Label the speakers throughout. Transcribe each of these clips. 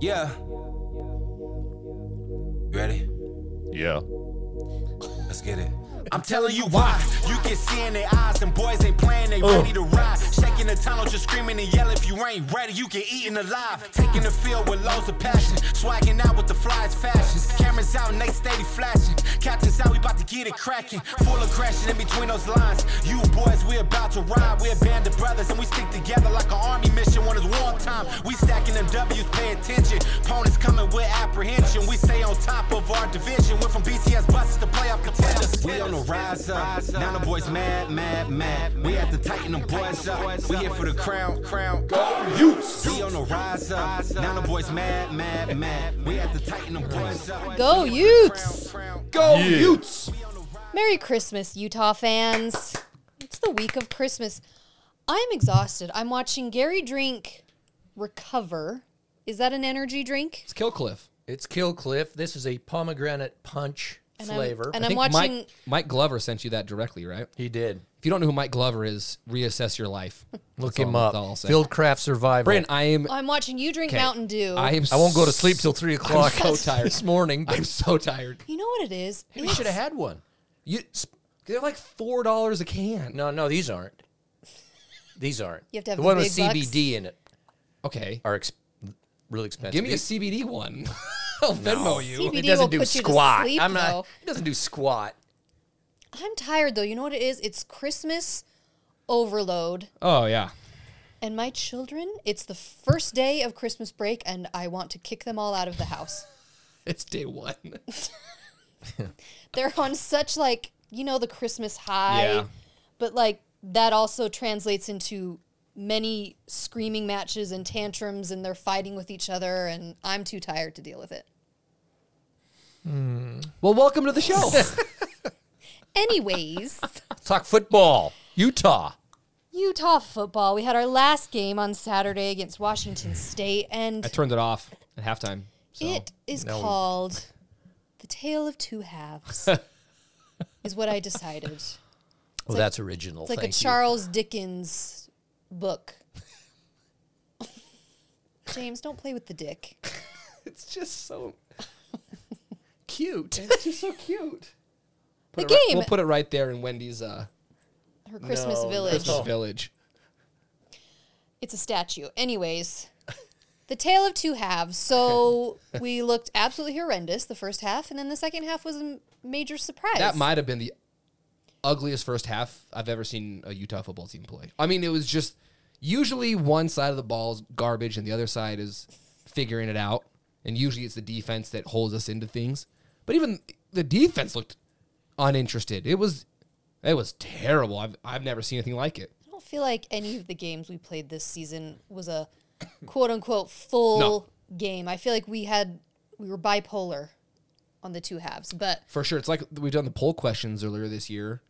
Speaker 1: Yeah. Ready?
Speaker 2: Yeah.
Speaker 1: Let's get it. I'm telling you why. You can see in their eyes, them boys ain't playing, they ready to ride. Shaking the tunnel, just screaming and yell if you ain't ready. You get eaten alive. Taking the field with loads of passion. Swagging out with the flies fashions. Cameras out, they steady flashing. Captain's out, we about to get it cracking. Full of crashing in between those lines. You boys, we about to ride. We're a band of brothers and we stick together like an army mission when it's wartime. We stacking them W's, pay attention. Opponents coming with apprehension. We stay on top of our division. Went from BCS buses to playoff contenders. We on the rise up. Now the boys mad, mad, mad. We have to tighten them boys up. We here for the crown, crown. Go Utes. We on the rise up. Now the boys mad, mad, mad. We have to tighten them boys up.
Speaker 3: Go Utes!
Speaker 4: Go
Speaker 2: Yeah.
Speaker 4: Utes!
Speaker 3: Merry Christmas, Utah fans. It's the week of Christmas. I'm exhausted. I'm watching Gary drink Recover. Is that an energy drink?
Speaker 4: It's Killcliff. It's Killcliff. This is a pomegranate punch
Speaker 3: And I'm-
Speaker 4: flavor.
Speaker 3: and
Speaker 5: I
Speaker 3: I'm
Speaker 5: think
Speaker 3: watching-
Speaker 5: Mike, Mike Glover sent you that directly, right?
Speaker 4: he did.
Speaker 5: If you don't know who Mike Glover is, reassess your life.
Speaker 4: Look
Speaker 5: That's
Speaker 4: him
Speaker 5: all-
Speaker 4: up.
Speaker 5: Oh, that's all I'll say.
Speaker 4: Fieldcraft Survival.
Speaker 5: Brand, I am.
Speaker 3: I'm watching you drink
Speaker 5: 'kay.
Speaker 3: Mountain Dew.
Speaker 5: I am.
Speaker 4: I won't go to sleep till three o'clock.
Speaker 5: so tired.
Speaker 4: this morning.
Speaker 5: I'm so tired.
Speaker 3: you know what it is?
Speaker 4: Maybe
Speaker 3: It's-
Speaker 4: should have had one.
Speaker 5: You, they're like four dollars a can.
Speaker 4: No, no, these aren't. These aren't.
Speaker 3: You have to have
Speaker 4: the
Speaker 3: the
Speaker 4: one
Speaker 3: big
Speaker 4: with
Speaker 3: bucks.
Speaker 4: CBD in it
Speaker 5: Okay,
Speaker 4: are ex- really expensive.
Speaker 5: give me a
Speaker 4: These-
Speaker 5: CBD one. I'll Venmo you.
Speaker 3: CBD
Speaker 4: It doesn't
Speaker 3: will
Speaker 4: do
Speaker 3: put
Speaker 4: squat.
Speaker 3: you to sleep,
Speaker 4: I'm not.
Speaker 3: though.
Speaker 4: It doesn't do squat.
Speaker 3: I'm tired though. You know what it is? It's Christmas overload.
Speaker 5: Oh yeah.
Speaker 3: And my children, it's the first day of Christmas break and I want to kick them all out of the house.
Speaker 5: It's day one.
Speaker 3: They're on such like, you know, the Christmas high.
Speaker 5: Yeah.
Speaker 3: But like that also translates into many screaming matches and tantrums and they're fighting with each other and I'm too tired to deal with it.
Speaker 5: Well, welcome to the show.
Speaker 3: Anyways,
Speaker 4: Let's talk football. Utah.
Speaker 3: Utah football. We had our last game on Saturday against Washington State and
Speaker 5: I turned it off at halftime. So.
Speaker 3: It is
Speaker 4: no.
Speaker 3: called The Tale of Two Halves, is what I decided. It's
Speaker 4: Well, that's original.
Speaker 3: like
Speaker 4: Thank
Speaker 3: a
Speaker 4: you.
Speaker 3: Charles Dickens book. James, don't play with the dick.
Speaker 5: It's just so.
Speaker 4: Cute.
Speaker 5: It's just so cute.
Speaker 3: The
Speaker 5: Put it right-
Speaker 3: game-
Speaker 5: we'll put it right there in Wendy's uh,
Speaker 3: Her Christmas
Speaker 4: No,
Speaker 3: village.
Speaker 4: no. Oh.
Speaker 5: village.
Speaker 3: It's a statue. Anyways, The Tale of Two Halves. So we looked absolutely horrendous the first half, and then the second half was a m- major surprise.
Speaker 5: That might have been the ugliest first half I've ever seen a Utah football team play. I mean, it was just usually one side of the ball is garbage and the other side is figuring it out. And usually it's the defense that holds us into things. But even the defense looked uninterested. It was it was terrible. I've I've never seen anything like it.
Speaker 3: I don't feel like any of the games we played this season was a quote unquote full game. I feel like we had we were bipolar on the two halves, but
Speaker 5: For sure. It's like we've done the poll questions earlier this year.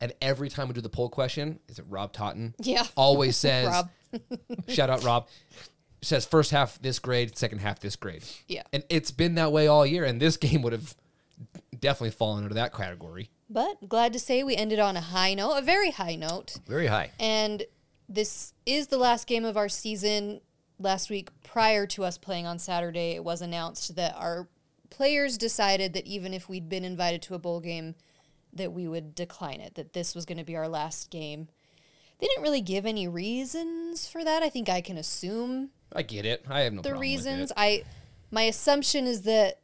Speaker 5: And every time we do the poll question, is it Rob Totten?
Speaker 3: Yeah.
Speaker 5: Always says
Speaker 3: Rob,
Speaker 5: Shout out Rob. Says first half this grade, second half this grade.
Speaker 3: Yeah.
Speaker 5: And it's been that way all year, and this game would have definitely fallen under that category.
Speaker 3: but glad to say we ended on a high note, a very high note.
Speaker 4: Very high.
Speaker 3: And this is the last game of our season. Last week, prior to us playing on Saturday, it was announced that our players decided that even if we'd been invited to a bowl game, that we would decline it, that this was going to be our last game. They didn't really give any reasons for that. I think I can assume
Speaker 5: I get it. I have no
Speaker 3: the
Speaker 5: problem with
Speaker 3: reasons.
Speaker 5: it.
Speaker 3: I my assumption is that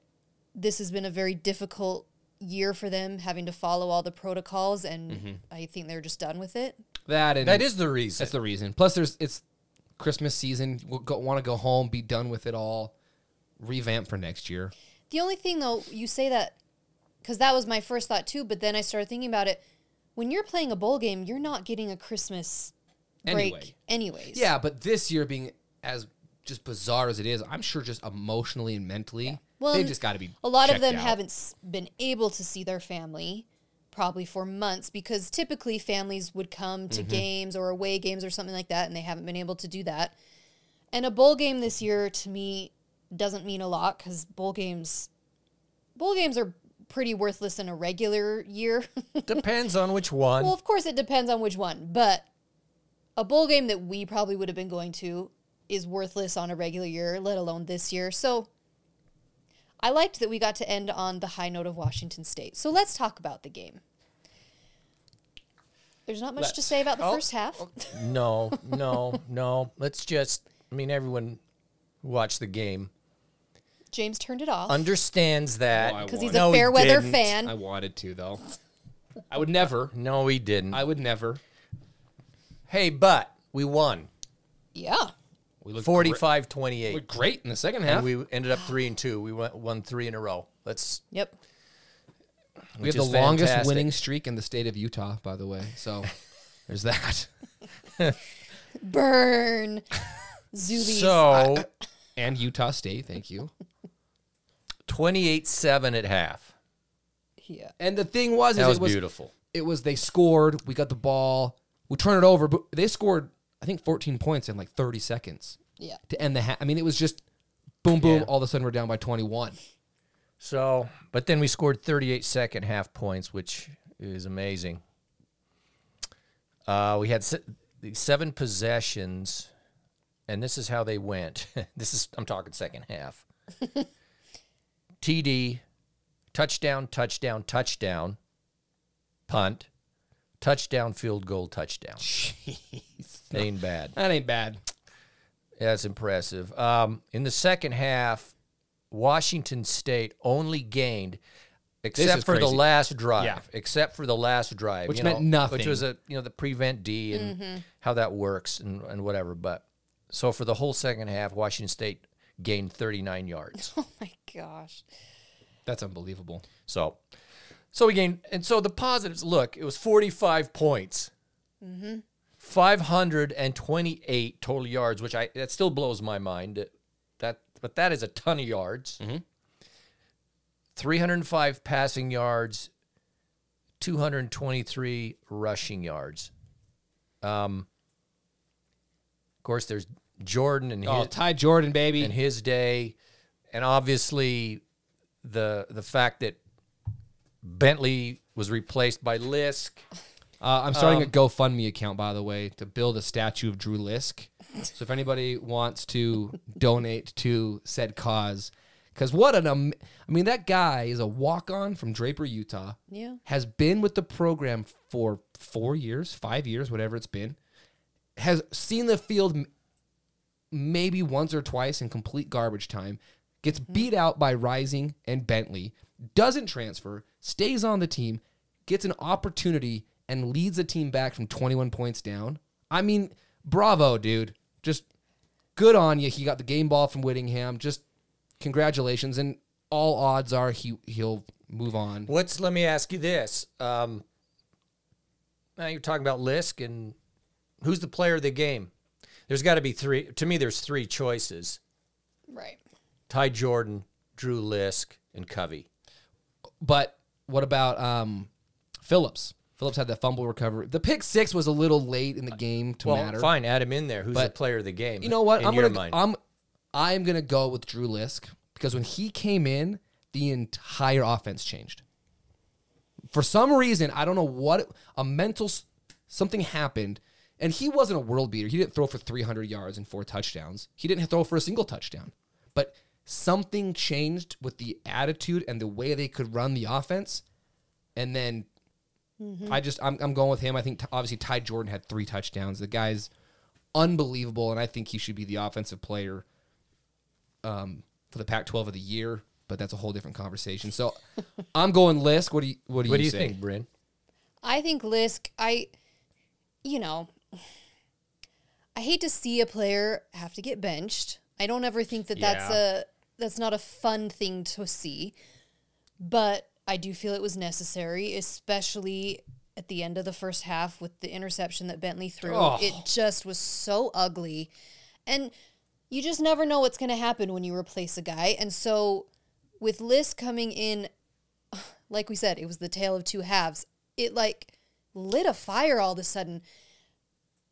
Speaker 3: this has been a very difficult year for them having to follow all the protocols and
Speaker 5: Mm-hmm.
Speaker 3: I think they're just done with it.
Speaker 5: That and
Speaker 4: That is the reason.
Speaker 5: that's the reason. Plus, there's it's Christmas season. We'll go, want to go home, be done with it all, revamp for next year.
Speaker 3: The only thing though, you say that because that was my first thought too, but then I started thinking about it. When you're playing a bowl game, you're not getting a Christmas break,
Speaker 5: Anyway.
Speaker 3: anyways.
Speaker 5: Yeah, but this year being as just bizarre as it is, I'm sure just emotionally and mentally,
Speaker 3: Well,
Speaker 5: they've
Speaker 3: and
Speaker 5: just got to be.
Speaker 3: A lot of
Speaker 5: checked
Speaker 3: them
Speaker 5: out.
Speaker 3: haven't s- been able to see their family probably for months because typically families would come
Speaker 5: Mm-hmm.
Speaker 3: to games or away games or something like that, and they haven't been able to do that. And a bowl game this year to me doesn't mean a lot because bowl games, bowl games are pretty worthless in a regular year.
Speaker 4: Depends on which one.
Speaker 3: Well, of course, it depends on which one, but a bowl game that we probably would have been going to is worthless on a regular year, let alone this year. So I liked that we got to end on the high note of Washington State. So let's talk about the game. There's not much to
Speaker 4: Let's-
Speaker 3: say about the
Speaker 4: oh,
Speaker 3: first half.
Speaker 4: No, no, no. Let's just, I mean, everyone who watched the game
Speaker 3: James turned it off
Speaker 4: understands that.
Speaker 5: Oh, I
Speaker 3: because he's
Speaker 4: No,
Speaker 3: a
Speaker 4: he
Speaker 3: fair weather
Speaker 4: didn't.
Speaker 5: I
Speaker 3: fan.
Speaker 5: wanted to though. I would never.
Speaker 4: No, he didn't.
Speaker 5: I would never.
Speaker 4: hey, but we won
Speaker 3: Yeah.
Speaker 5: We looked
Speaker 4: 45
Speaker 5: Great,
Speaker 4: 28.
Speaker 5: looked great in the second half.
Speaker 4: And
Speaker 5: We,
Speaker 4: we ended up three and two. We went, won three in a row. Let's.
Speaker 3: Yep.
Speaker 5: have
Speaker 4: which
Speaker 5: the
Speaker 4: is
Speaker 5: longest
Speaker 4: fantastic.
Speaker 5: winning streak in the state of Utah, by the way. So there's that.
Speaker 3: Burn. Zubies.
Speaker 4: So
Speaker 5: And Utah State, thank you.
Speaker 4: 28 7 at half.
Speaker 3: yeah.
Speaker 5: And the thing was, is
Speaker 4: That was
Speaker 5: it was
Speaker 4: beautiful.
Speaker 5: It was they scored. We got the ball. We turned it over, but they scored. I think 14 points in like 30 seconds
Speaker 3: Yeah.
Speaker 5: to end the half. I mean, it was just boom, boom.
Speaker 4: Yeah.
Speaker 5: All of a sudden, we're down by 21.
Speaker 4: So, but then we scored 38 second half points, which is amazing. Uh, we had se- the seven possessions, and this is how they went. this is I'm talking second half. TD, touchdown, touchdown, touchdown, punt, touchdown, field goal, touchdown. That ain't bad.
Speaker 5: That ain't bad.
Speaker 4: That's impressive. Um, in the second half, Washington State only gained, except
Speaker 5: is
Speaker 4: for the
Speaker 5: crazy.
Speaker 4: last drive,
Speaker 5: Yeah.
Speaker 4: except for the last drive,
Speaker 5: Which
Speaker 4: you
Speaker 5: meant
Speaker 4: know,
Speaker 5: nothing.
Speaker 4: which was a you know the prevent D and how that works and, and whatever. But so for the whole second half, Washington State gained 39 yards.
Speaker 3: Oh my gosh.
Speaker 5: That's unbelievable.
Speaker 4: so, so we gained, and so the positives. Look, it was 45 points. 528 total yards, which I that still blows my mind. That but that is a ton of yards. 305 passing yards, 223 rushing yards. Um, of course, there's Jordan and
Speaker 5: Oh,
Speaker 4: his,
Speaker 5: Ty Jordan, baby.
Speaker 4: in his day, and obviously the the fact that Bentley was replaced by Lisk.
Speaker 5: Uh, I'm starting a GoFundMe account, by the way, to build a statue of Drew Lisk. So if anybody wants to donate to said cause, because what an am- I mean, that guy is a walk on from Draper, Utah.
Speaker 3: Yeah.
Speaker 5: Has been with the program for four years, five years, whatever it's been. Has seen the field m- maybe once or twice in complete garbage time. Gets beat out by Rising and Bentley. Doesn't transfer. Stays on the team. Gets an opportunity and leads the team back from 21 points down. I mean, bravo, dude. Just good on you. He got the game ball from Whittingham. Just congratulations. And all odds are he he'll move on.
Speaker 4: What's let me ask you this? Um, now you're talking about Lisk and who's the player of the game? There's got to be three. To me, there's three choices:
Speaker 3: Right.
Speaker 4: Ty Jordan, Drew Lisk, and Covey.
Speaker 5: But what about um, Phillips? Phillips had that fumble recovery. The pick six was a little late in the game to
Speaker 4: Well,
Speaker 5: matter.
Speaker 4: fine, add him in there. Who's the
Speaker 5: But
Speaker 4: player of the game?
Speaker 5: You know what?
Speaker 4: In
Speaker 5: I'm
Speaker 4: your
Speaker 5: gonna
Speaker 4: mind?
Speaker 5: I'm I'm gonna go with Drew Lisk because when he came in, the entire offense changed. For some reason, I don't know what a mental s- something happened, and he wasn't a world beater. He didn't throw for 300 yards and four touchdowns. He didn't throw for a single touchdown, but something changed with the attitude and the way they could run the offense, and then I just I'm, I'm going with him. I think t- obviously Ty Jordan had three touchdowns. The guy's unbelievable, and I think he should be the offensive player um, for the Pac-12 of the year. But that's a whole different conversation. So I'm going Lisk. What do you What do
Speaker 4: what
Speaker 5: you,
Speaker 4: do you
Speaker 5: say?
Speaker 4: think, Bryn?
Speaker 3: I think Lisk, I, you know, I hate to see a player have to get benched. I don't ever think that that's a that's not a fun thing to see, but I do feel it was necessary, especially at the end of the first half with the interception that Bentley threw. It just was so ugly, and you just never know what's going to happen when you replace a guy. And so, with Lisk coming in like we said, it was the tale of two halves. It like lit a fire all of a sudden.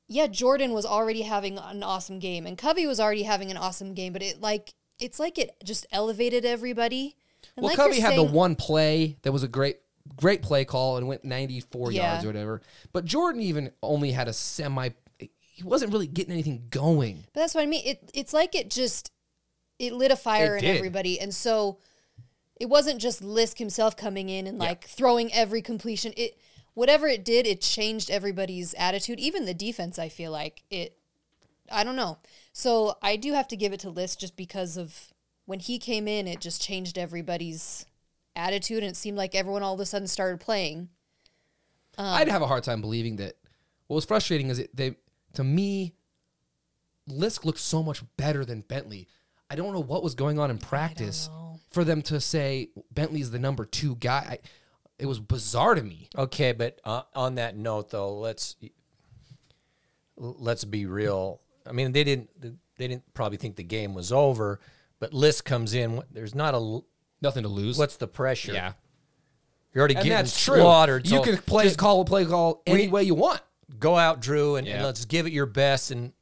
Speaker 3: Yeah, Jordan was already having an awesome game and Covey was already having an awesome game, but it like it's like it just elevated everybody. And
Speaker 5: Well,
Speaker 3: like
Speaker 5: Covey
Speaker 3: you're
Speaker 5: had the
Speaker 3: saying-
Speaker 5: one play that was a great great play call and went 94
Speaker 3: Yeah.
Speaker 5: yards or whatever. But Jordan even only had a semi. he wasn't really getting anything going.
Speaker 3: But that's what I mean. It it's like it just it lit a fire
Speaker 5: It
Speaker 3: in
Speaker 5: did.
Speaker 3: everybody, and so it wasn't just Lisk himself coming in and like throwing every completion. It whatever it did, it changed everybody's attitude, even the defense. I feel like it. I don't know. So I do have to give it to Lisk just because of when he came in, it just changed everybody's attitude, and it seemed like everyone all of a sudden started playing.
Speaker 5: I'd have a hard time believing that. What was frustrating is it, they to me, Lisk looked so much better than Bentley. I don't know what was going on in practice for them to say Bentley's the number two guy. I, it was bizarre to me.
Speaker 4: Okay, but uh, on that note, though, let's let's be real. I mean, they didn't they didn't probably think the game was over, but List comes in. There's not a l-
Speaker 5: Nothing to lose.
Speaker 4: what's the pressure?
Speaker 5: yeah,
Speaker 4: you're already
Speaker 5: and
Speaker 4: getting
Speaker 5: that's true.
Speaker 4: slaughtered.
Speaker 5: you
Speaker 4: so
Speaker 5: can play
Speaker 4: just
Speaker 5: call a play call any
Speaker 4: We-
Speaker 5: way you want.
Speaker 4: go out, Drew, and, and
Speaker 5: Yeah.
Speaker 4: let's give it your best. And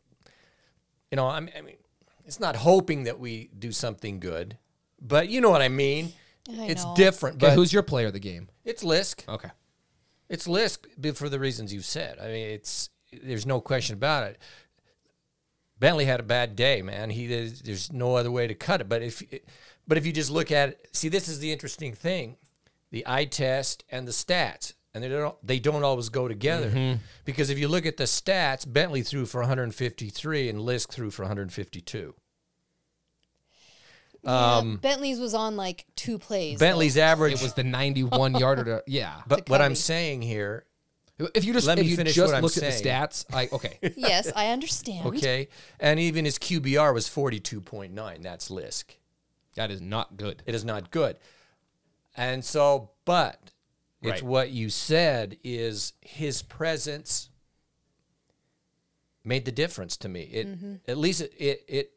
Speaker 4: you know, I mean, I mean, it's not hoping that we do something good, but you know what I mean.
Speaker 3: I
Speaker 4: it's
Speaker 3: know.
Speaker 4: different,
Speaker 5: Okay,
Speaker 4: but
Speaker 5: who's your player of the game?
Speaker 4: it's Lisk.
Speaker 5: Okay,
Speaker 4: It's Lisk be- for the reasons you said. I mean, it's there's no question about it. Bentley had a bad day, man. He there's, there's no other way to cut it. But if but if you just look at it, see, this is the interesting thing: the eye test and the stats, and they don't they don't always go together because if you look at the stats, Bentley threw for 153 and Lisk threw for 152.
Speaker 3: Yeah,
Speaker 4: Um,
Speaker 3: Bentley's was on like two plays. though.
Speaker 4: Bentley's average
Speaker 5: it was the ninety-one yarder. To, yeah,
Speaker 4: But what I'm
Speaker 3: Jacoby.
Speaker 4: saying here,
Speaker 5: if you just
Speaker 4: Let
Speaker 5: if
Speaker 4: me
Speaker 5: you
Speaker 4: finish
Speaker 5: just
Speaker 4: what I'm
Speaker 5: looked at the
Speaker 4: saying.
Speaker 5: stats, I okay.
Speaker 3: yes, I
Speaker 5: Oh,
Speaker 3: understand.
Speaker 4: okay, and even his QBR was 42.9. That's Lisk.
Speaker 5: that is not good.
Speaker 4: It is not good. And so, but
Speaker 5: Right.
Speaker 4: it's what you said is his presence made the difference to me. It at least it, it it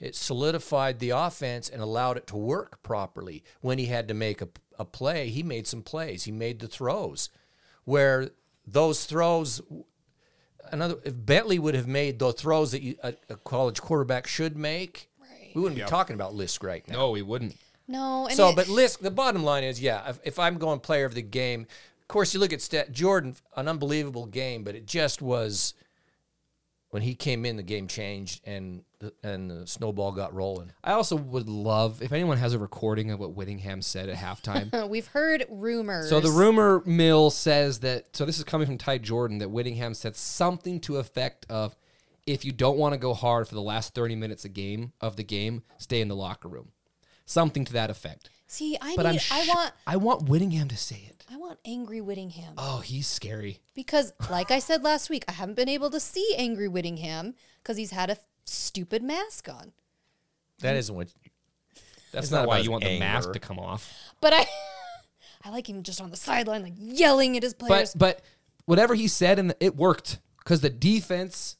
Speaker 4: it solidified the offense and allowed it to work properly. When he had to make a, a play, he made some plays. He made the throws where those throws another if Bentley would have made the throws that you, a, a college quarterback should make,
Speaker 3: Right.
Speaker 4: we wouldn't be talking about Lisk right now.
Speaker 5: No, he wouldn't.
Speaker 3: No, and
Speaker 4: So,
Speaker 3: it-
Speaker 4: but Lisk, the bottom line is, yeah, if, if I'm going player of the game, of course, you look at stat, Jordan, an unbelievable game, but it just was when he came in, the game changed and the, and the snowball got rolling.
Speaker 5: I also would love if anyone has a recording of what Whittingham said at halftime.
Speaker 3: We've heard rumors.
Speaker 5: so the rumor mill says that so this is coming from Ty Jordan that Whittingham said something to effect of if you don't want to go hard for the last 30 minutes a game of the game, stay in the locker room. Something to that effect.
Speaker 3: See, I
Speaker 5: But
Speaker 3: need.
Speaker 5: I'm
Speaker 3: I
Speaker 5: sh-
Speaker 3: want.
Speaker 5: I want Whittingham to say it.
Speaker 3: I want angry Whittingham
Speaker 4: Uh.
Speaker 5: Oh, he's scary.
Speaker 3: because, like I said last week, I haven't been able to see angry Whittingham because he's had a f- stupid mask on.
Speaker 4: That isn't what.
Speaker 5: That's
Speaker 4: It's
Speaker 5: not,
Speaker 4: not
Speaker 5: why
Speaker 4: about
Speaker 5: you want the
Speaker 4: anger.
Speaker 5: mask to come off.
Speaker 3: But I, I like him just on the sideline, like yelling at his
Speaker 5: But
Speaker 3: players.
Speaker 5: but whatever he said and it worked cuz the defense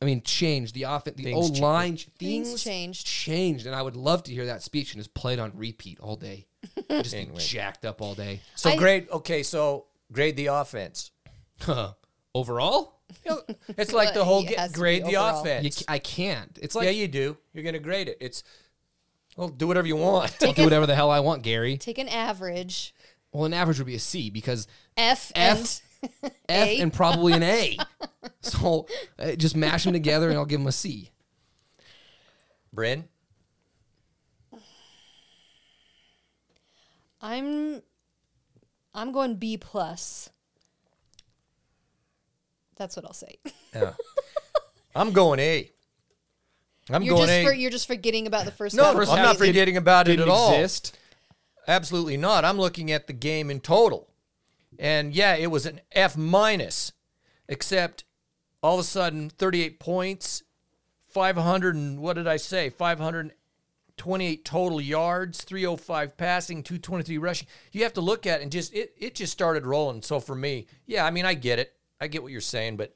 Speaker 5: I mean, changed the offense. The
Speaker 4: Things
Speaker 5: old
Speaker 4: changed.
Speaker 5: line ch-
Speaker 3: Things
Speaker 5: things,
Speaker 3: changed.
Speaker 5: changed, and I would love to hear that speech and just play it on repeat all day, just be jacked up all day.
Speaker 4: So
Speaker 3: I-
Speaker 4: grade, okay, so grade the offense.
Speaker 5: Overall,
Speaker 4: You know, It's like the
Speaker 3: But
Speaker 4: whole
Speaker 3: he
Speaker 4: ga-
Speaker 3: has to be
Speaker 4: grade the
Speaker 3: overall.
Speaker 5: you,
Speaker 4: offense.
Speaker 5: ca- I can't. It's like
Speaker 4: yeah, you do. You're going to grade it. It's, well, do whatever you want.
Speaker 5: I'll do whatever the hell I want, Gary.
Speaker 3: Take an average
Speaker 5: Well, an average would be a C because
Speaker 3: F,
Speaker 5: F,
Speaker 3: and
Speaker 5: F,
Speaker 3: A.
Speaker 5: and probably an A. so uh, just mash them together, and I'll give them a C.
Speaker 4: Bryn,
Speaker 3: I'm, I'm going B plus. That's what I'll say.
Speaker 4: Yeah. I'm going A. I'm
Speaker 3: You're
Speaker 4: going
Speaker 3: just
Speaker 4: A.
Speaker 3: for, you're just forgetting about the first.
Speaker 4: No,
Speaker 3: half of
Speaker 4: I'm
Speaker 3: the
Speaker 4: not
Speaker 3: season.
Speaker 4: forgetting about it at
Speaker 5: Didn't
Speaker 4: all.
Speaker 5: exist.
Speaker 4: Absolutely not. I'm looking at the game in total. And yeah, it was an F minus, except all of a sudden 38 points, 500 and what did I say? 528 total yards, 305 passing, 223 rushing. You have to look at it and just it it just started rolling. So for me, yeah, I mean I get it. I get what you're saying, but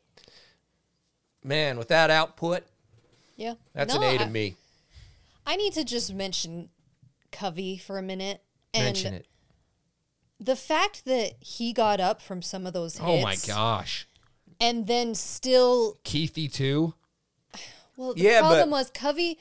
Speaker 4: man, with that output,
Speaker 3: Yeah,
Speaker 4: that's
Speaker 3: No,
Speaker 4: an A to
Speaker 3: I-
Speaker 4: me.
Speaker 3: I need to just mention Covey for a minute. And
Speaker 4: Mention it.
Speaker 3: the fact that he got up from some of those hits
Speaker 5: Oh my gosh,
Speaker 3: and then still
Speaker 5: Keithy too.
Speaker 3: well the
Speaker 4: Yeah,
Speaker 3: problem
Speaker 4: but-
Speaker 3: was Covey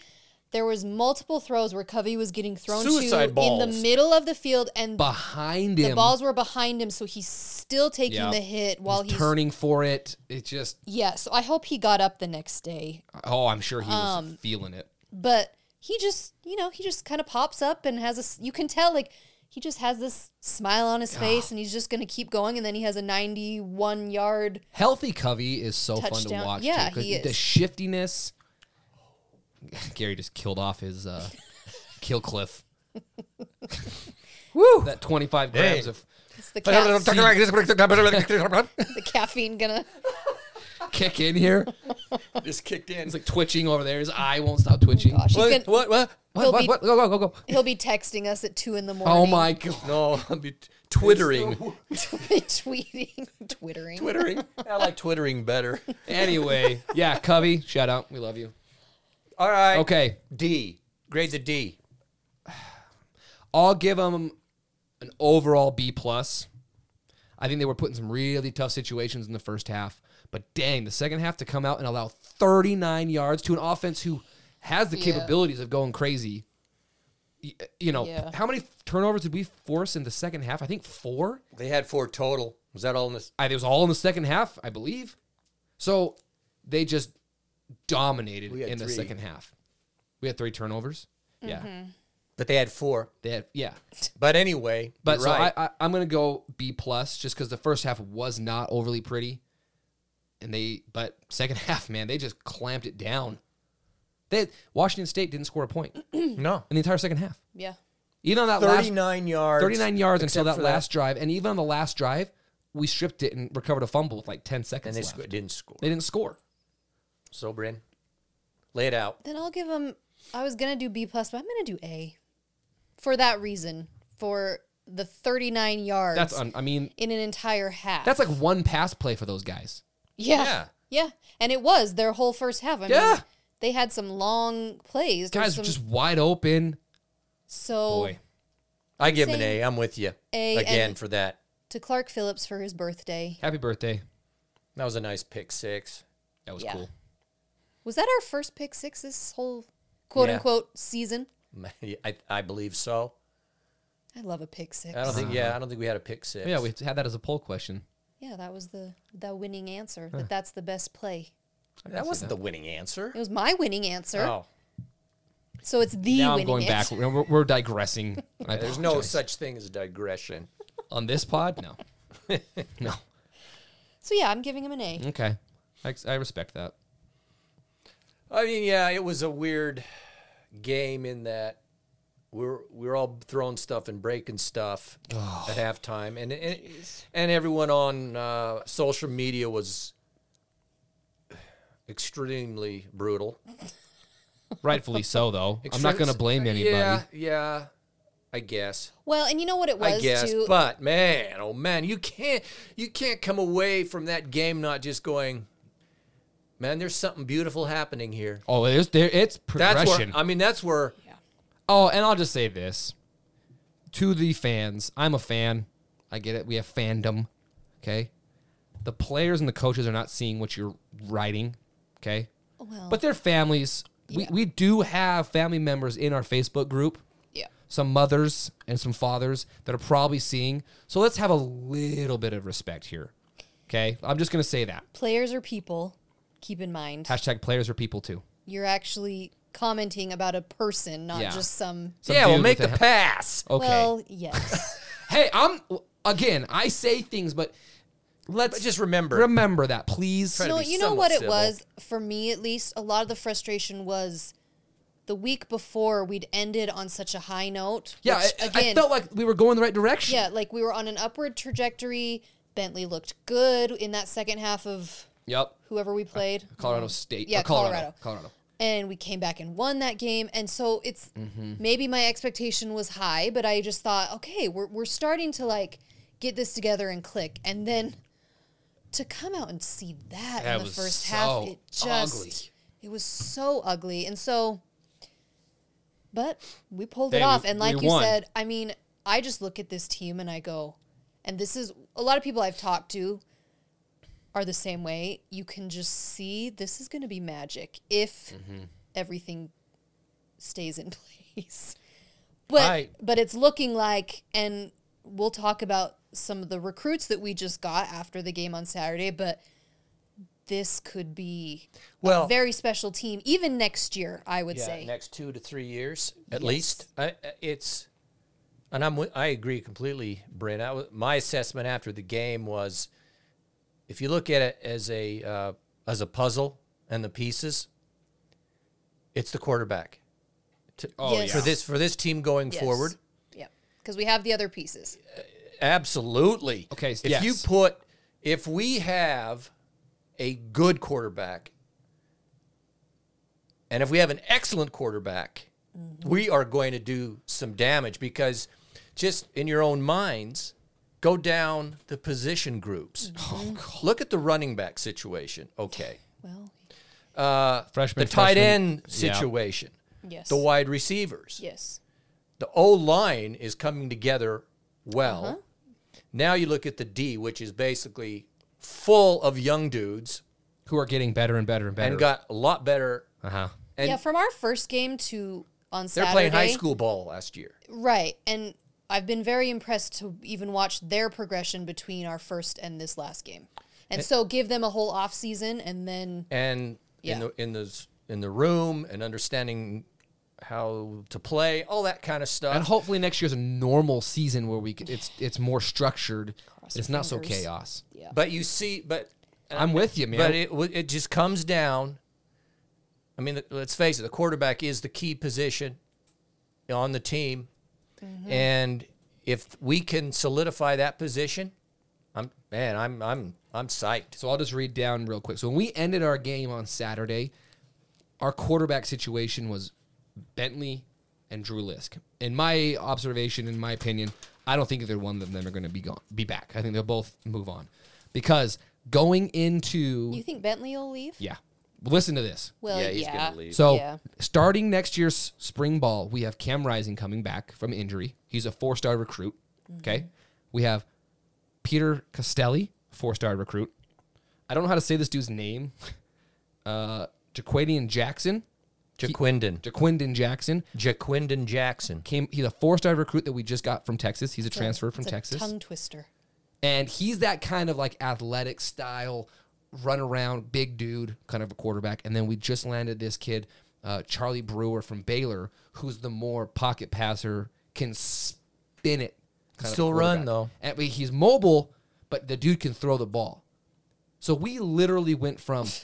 Speaker 3: There was multiple throws where Covey was getting thrown
Speaker 4: Suicide
Speaker 3: to in
Speaker 4: balls.
Speaker 3: the middle of the field, and
Speaker 5: behind
Speaker 3: the
Speaker 5: him,
Speaker 3: balls were behind him, so he's still taking
Speaker 5: Yeah.
Speaker 3: the hit while he's,
Speaker 5: turning for it. It just
Speaker 3: Yeah, so I hope he got up the next day,
Speaker 5: oh, I'm sure he was
Speaker 3: Um,
Speaker 5: feeling it.
Speaker 3: but he just, you know, he just kind of pops up and has a. s- You can tell like he just has this smile on his face, and he's just going to keep going, and then he has a 91 yard.
Speaker 5: Healthy Covey is so fun
Speaker 3: Touchdown.
Speaker 5: to watch.
Speaker 3: Yeah,
Speaker 5: too, 'cause
Speaker 3: he is.
Speaker 5: The shiftiness. Gary just killed off his uh, kill cliff. Woo! That 25 grams
Speaker 4: Hey.
Speaker 5: of
Speaker 3: It's the, ca-
Speaker 4: this
Speaker 3: the caffeine gonna.
Speaker 5: kick in here.
Speaker 4: kicked in.
Speaker 5: He's like twitching over there. His eye won't stop twitching.
Speaker 3: Oh Gosh, he's
Speaker 4: what,
Speaker 3: gonna
Speaker 4: what? What?
Speaker 3: he'll
Speaker 5: what, what,
Speaker 3: be-
Speaker 5: what? Go, go, go, go.
Speaker 3: he'll be texting us at two in the morning.
Speaker 5: Oh my god.
Speaker 4: No, I'll be t- twittering.
Speaker 3: tweeting, twittering.
Speaker 4: twittering. I like twittering better.
Speaker 5: Anyway, yeah, Covey, shout out. We love you.
Speaker 4: All right.
Speaker 5: Okay,
Speaker 4: D. Grades a D.
Speaker 5: I'll give them an overall B plus. I think they were put in some really tough situations in the first half, but dang, the second half to come out and allow 39 yards to an offense who has the
Speaker 3: Yeah.
Speaker 5: capabilities of going crazy. Y- uh, You know,
Speaker 3: Yeah.
Speaker 5: how many turnovers did we force in the second half? I think four.
Speaker 4: They had four total. Was that all in this?
Speaker 5: I, it was all in the second half, I believe. So they just dominated
Speaker 4: had
Speaker 5: in the
Speaker 4: three.
Speaker 5: second half. We had three turnovers.
Speaker 3: Mm-hmm.
Speaker 5: Yeah,
Speaker 4: But they had four.
Speaker 5: they had yeah.
Speaker 4: But anyway,
Speaker 5: But
Speaker 4: you're
Speaker 5: so
Speaker 4: right.
Speaker 5: I, I, I'm gonna go B plus just because the first half was not overly pretty, and they but second half man they just clamped it down. They Washington State didn't score a point in
Speaker 4: no.
Speaker 5: the entire second half.
Speaker 3: Yeah.
Speaker 5: Even on that last
Speaker 4: 39 yards.
Speaker 5: 39 yards until
Speaker 4: except
Speaker 5: that
Speaker 4: for
Speaker 5: last drive, and even on the last drive, we stripped it and recovered a fumble with like 10 seconds
Speaker 4: And they
Speaker 5: left.
Speaker 4: sc- didn't score.
Speaker 5: They didn't score.
Speaker 4: So, Bryn, lay it out.
Speaker 3: Then I'll give him. I was gonna do B plus, but I'm gonna do A, for that reason. For the 39 yards
Speaker 5: That's un, I mean
Speaker 3: in an entire half.
Speaker 5: that's like one pass play for those guys.
Speaker 3: yeah,
Speaker 4: Yeah.
Speaker 3: yeah, and it was their whole first half. I mean,
Speaker 5: Yeah.
Speaker 3: they had some long plays. There was
Speaker 5: Guys
Speaker 3: some,
Speaker 5: were just wide open.
Speaker 3: so
Speaker 5: Boy,
Speaker 4: I give him an
Speaker 3: Saying
Speaker 4: A. I'm with you.
Speaker 3: A
Speaker 4: Again
Speaker 3: and-
Speaker 4: for that.
Speaker 3: to Clark Phillips for his birthday.
Speaker 5: happy birthday.
Speaker 4: That was a nice pick six.
Speaker 5: That was
Speaker 3: Yeah.
Speaker 5: cool.
Speaker 3: Was that our first pick six this whole quote
Speaker 4: Yeah.
Speaker 3: unquote season?
Speaker 4: I, I believe so.
Speaker 3: I love a pick six.
Speaker 4: I don't think, yeah, I don't think we had a pick six.
Speaker 5: Uh-huh. Yeah, we had that as a poll question.
Speaker 3: yeah, that was the the winning answer. That that's the best play.
Speaker 4: that wasn't the winning answer.
Speaker 3: It was my winning answer.
Speaker 4: Oh,
Speaker 3: So it's the
Speaker 5: now I'm
Speaker 3: winning
Speaker 5: going back.
Speaker 3: answer.
Speaker 5: We're, we're- we're digressing. I
Speaker 4: there's no
Speaker 5: apologize.
Speaker 4: such thing as digression.
Speaker 5: on this pod. No, no.
Speaker 3: So yeah, I'm giving him an A.
Speaker 5: Okay, I, I respect that.
Speaker 4: I mean, yeah, it was a weird game in that we're we're all throwing stuff and breaking stuff at halftime, and and, and everyone on uh, social media was extremely brutal.
Speaker 5: Rightfully so, though. I'm not going to blame anybody.
Speaker 4: Yeah, yeah, I guess.
Speaker 3: Well, and you know what it was
Speaker 4: I guess,
Speaker 3: too.
Speaker 4: but man, oh man, you can't you can't come away from that game not just going, man. There's something beautiful happening here.
Speaker 5: Oh, there's there. It's
Speaker 4: That's where
Speaker 5: progression.
Speaker 4: I mean, that's where
Speaker 5: oh, and I'll just say this to the fans. I'm a fan. I get it. We have fandom. Okay. The players and the coaches are not seeing what you're writing. Okay.
Speaker 4: Oh,
Speaker 3: well,
Speaker 5: But their families. We, we do have family members in our Facebook group
Speaker 3: yeah,
Speaker 5: some mothers and some fathers that are probably seeing. So let's have a little bit of respect here. Okay. I'm just going to say that.
Speaker 3: players are people. Keep in mind,
Speaker 5: Hashtag players are people too.
Speaker 3: you're actually commenting about a person, not
Speaker 5: Yeah.
Speaker 3: just some.
Speaker 5: Some
Speaker 4: yeah, well,
Speaker 5: dude
Speaker 4: make
Speaker 5: with
Speaker 4: the
Speaker 5: a-
Speaker 4: pass.
Speaker 5: Okay.
Speaker 3: Well, yes,
Speaker 5: hey, I'm, again, I say things, but let's
Speaker 4: But just remember,
Speaker 5: remember that, please.
Speaker 4: Try to
Speaker 3: no,
Speaker 4: be
Speaker 3: you know
Speaker 4: somewhat
Speaker 3: what it
Speaker 4: civil.
Speaker 3: was for me at least. A lot of the frustration was the week before we'd ended on such a high note.
Speaker 5: yeah.
Speaker 3: which,
Speaker 5: I, I
Speaker 3: again,
Speaker 5: felt like we were going the right direction.
Speaker 3: yeah, like we were on an upward trajectory. Bentley looked good in that second half of
Speaker 5: Yep.
Speaker 3: whoever we played.
Speaker 5: Colorado State.
Speaker 3: Yeah,
Speaker 5: uh, Colorado.
Speaker 3: Colorado.
Speaker 5: Colorado.
Speaker 3: and we came back and won that game. And so it's
Speaker 5: Mm-hmm.
Speaker 3: maybe my expectation was high, but I just thought, okay, we're, we're starting to like get this together and click. And then to come out and see that,
Speaker 5: That
Speaker 3: in the
Speaker 5: was
Speaker 3: first
Speaker 5: so
Speaker 3: half, it just
Speaker 5: ugly.
Speaker 3: it was so ugly. And so, but we pulled
Speaker 5: Hey,
Speaker 3: it off.
Speaker 5: we-
Speaker 3: and like
Speaker 5: we
Speaker 3: you
Speaker 5: won.
Speaker 3: said, I mean, I just look at this team and I go, and this is a lot of people I've talked to are the same way.
Speaker 5: Mm-hmm.
Speaker 3: You can just see this is going to be magic if everything stays in place. But
Speaker 4: I-
Speaker 3: but it's looking like and we'll talk about some of the recruits that we just got after the game on Saturday, but this could be
Speaker 4: Well-
Speaker 3: a very special team even next year, I would say.
Speaker 4: next two to three years at least. I, I- it's, and I'm wi- I agree completely, Brent. I w my assessment after the game was, if you look at it as a uh, as a puzzle and the pieces, it's the quarterback to-
Speaker 5: Oh,
Speaker 3: Yes.
Speaker 5: yeah.
Speaker 4: for this for this team going
Speaker 3: Yes.
Speaker 4: forward.
Speaker 3: Yeah. Because we have the other pieces.
Speaker 4: Absolutely.
Speaker 5: Okay,
Speaker 4: If
Speaker 5: yes.
Speaker 4: you put, if we have a good quarterback, and if we have an excellent quarterback,
Speaker 5: Mm-hmm.
Speaker 4: we are going to do some damage because just in your own minds, go down the position groups.
Speaker 5: Mm-hmm. Oh,
Speaker 4: Look at the running back situation. Okay.
Speaker 3: Well,
Speaker 5: Freshman,
Speaker 4: the tight
Speaker 5: freshman.
Speaker 4: end
Speaker 5: Yeah.
Speaker 4: situation.
Speaker 3: yes.
Speaker 4: The wide receivers
Speaker 3: yes.
Speaker 4: the O line is coming together well.
Speaker 3: Uh-huh.
Speaker 4: Now you look at the D, which is basically full of young dudes
Speaker 5: who are getting better and better and better.
Speaker 4: and got a lot better.
Speaker 5: uh huh.
Speaker 4: And
Speaker 3: yeah, from our first game to on
Speaker 4: they're
Speaker 3: Saturday.
Speaker 4: playing high school ball last year.
Speaker 3: Right. And I've been very impressed to even watch their progression between our first and this last game. And
Speaker 5: Eh.
Speaker 3: so give them a whole off season and then
Speaker 4: And
Speaker 3: Yeah.
Speaker 4: in the in the s- in the room and understanding how to play, all that kind of stuff.
Speaker 5: And hopefully next year's a normal season where we c- it's it's more structured.
Speaker 3: Cross
Speaker 5: it's not so
Speaker 3: fingers.
Speaker 5: chaos.
Speaker 3: yeah.
Speaker 4: but you see, but
Speaker 5: I'm with you, man.
Speaker 4: but it w- it just comes down. I mean, let's face it, the quarterback is the key position on the team, and if we can solidify that position, I'm man, I'm I'm I'm psyched.
Speaker 5: So I'll just read down real quick. So when we ended our game on Saturday, our quarterback situation was Bentley and Drew Lisk. In my observation, in my opinion, I don't think either one of them are going to be gone, be back. I think they'll both move on because going into
Speaker 3: You think Bentley will leave?
Speaker 5: yeah, listen to this.
Speaker 3: Well, yeah.
Speaker 5: So
Speaker 3: Yeah.
Speaker 5: starting next year's spring ball, we have Cam Rising coming back from injury. He's a four-star recruit.
Speaker 3: Mm-hmm.
Speaker 5: Okay, we have Peter Castelli, four-star recruit. I don't know how to say this dude's name. Uh, Jaquadian Jackson,
Speaker 4: Jaquindon,
Speaker 5: Jaquindon Jackson
Speaker 4: Jaquindon Jackson.
Speaker 5: came. He's a four-star recruit that we just got from Texas. He's a transfer from
Speaker 3: It's a
Speaker 5: Texas
Speaker 3: Tongue twister.
Speaker 5: and he's that kind of like athletic style run around big dude kind of a quarterback and then we just landed this kid uh, charlie brewer from baylor who's the more pocket passer can spin it kind of
Speaker 4: Still
Speaker 5: quarterback.
Speaker 4: run, though.
Speaker 5: and but he's mobile but the dude can throw the ball so we literally went from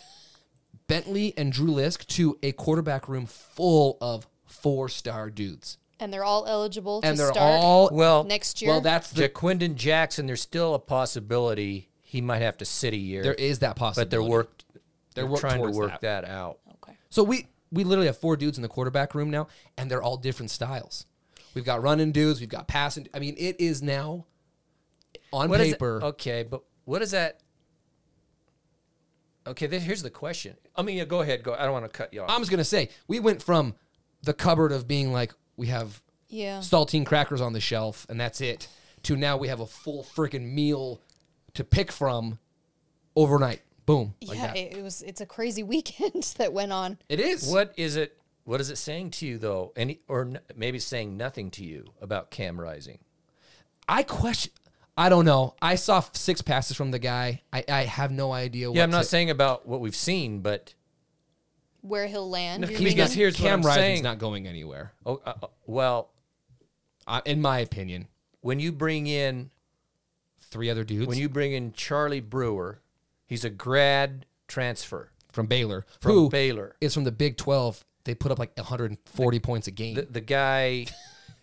Speaker 5: bentley and drew lisk to a quarterback room full of four star dudes
Speaker 3: And they're all eligible
Speaker 5: and
Speaker 3: to
Speaker 5: they're
Speaker 3: start
Speaker 5: all
Speaker 4: Well,
Speaker 3: next year.
Speaker 5: well that's the
Speaker 4: Jaquindon Jackson. There's still a possibility he might have to sit a year,
Speaker 5: there is that possibility
Speaker 4: but they're worked. They're,
Speaker 5: work
Speaker 4: trying to
Speaker 5: towards
Speaker 4: work
Speaker 5: that.
Speaker 4: that, out.
Speaker 3: okay.
Speaker 5: So we we literally have four dudes in the quarterback room now, and they're all different styles. We've got running dudes, we've got passing. I mean, it is now on
Speaker 4: What is it-
Speaker 5: paper.
Speaker 4: okay, but what is that? Okay, then here's the question. I mean, yeah, go ahead. Go. I don't want to cut you off.
Speaker 5: I'm just gonna say we went from the cupboard of being like we have
Speaker 3: Yeah.
Speaker 5: saltine crackers on the shelf and that's it, to now we have a full freaking meal to pick from overnight. Boom, like
Speaker 3: yeah,
Speaker 5: that.
Speaker 3: it, it was it's a crazy weekend that went on.
Speaker 5: it is.
Speaker 4: What is it? What is it saying to you though? Any or n- maybe saying nothing to you about Cam Rising?
Speaker 5: I question. I don't know. I saw six passes from the guy. I, I have no idea.
Speaker 4: Yeah, I'm not
Speaker 5: to-
Speaker 4: saying about what we've seen, but
Speaker 3: Where he'll land.
Speaker 4: No,
Speaker 3: you mean?
Speaker 4: because here- here's what
Speaker 5: Cam
Speaker 4: I'm
Speaker 5: Rising's
Speaker 4: saying.
Speaker 5: not going anywhere.
Speaker 4: oh, uh, uh, well,
Speaker 5: I, in my opinion,
Speaker 4: when you bring in
Speaker 5: three other dudes
Speaker 4: when you bring in Charlie Brewer, he's a grad transfer
Speaker 5: from Baylor,
Speaker 4: from
Speaker 5: who
Speaker 4: Baylor.
Speaker 5: is from the Big Twelve. They put up like 140 points a game.
Speaker 4: the, the guy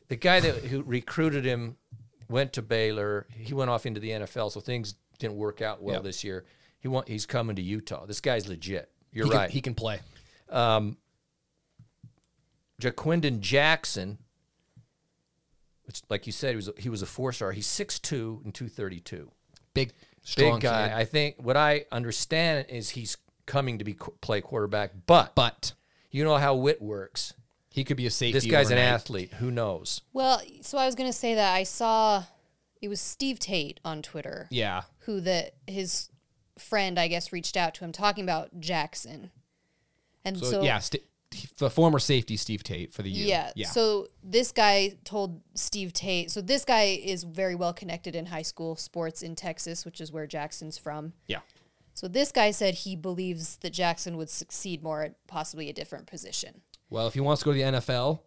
Speaker 4: the guy that who recruited him went to Baylor. He went off into the NFL, so things didn't work out well
Speaker 5: Yep.
Speaker 4: this year. He want, he's coming to Utah. This guy's legit. You're
Speaker 5: he
Speaker 4: right.
Speaker 5: Can, he can play.
Speaker 4: Jaquindon Jackson, which like you said, he was he was a four star. He's 6'2 and two thirty two.
Speaker 5: Big, strong
Speaker 4: Big guy.
Speaker 5: kid.
Speaker 4: I think what I understand is he's coming to be qu- play quarterback, but
Speaker 5: but
Speaker 4: you know how wit works.
Speaker 5: he could be a safety.
Speaker 4: This guy's an
Speaker 5: overnight.
Speaker 4: athlete. Who knows?
Speaker 3: Well, so I was gonna say that I saw it was Steve Tate on Twitter.
Speaker 5: Yeah,
Speaker 3: who the his friend I guess reached out to him talking about Jackson. And
Speaker 5: so,
Speaker 3: so,
Speaker 5: yeah, st- the former safety Steve Tate for the U.
Speaker 3: Yeah.
Speaker 5: yeah.
Speaker 3: So this guy told Steve Tate. So this guy is very well connected in high school sports in Texas, which is where Jackson's from.
Speaker 5: yeah.
Speaker 3: So this guy said he believes that Jackson would succeed more at possibly a different position.
Speaker 5: Well, if he wants to go to the NFL,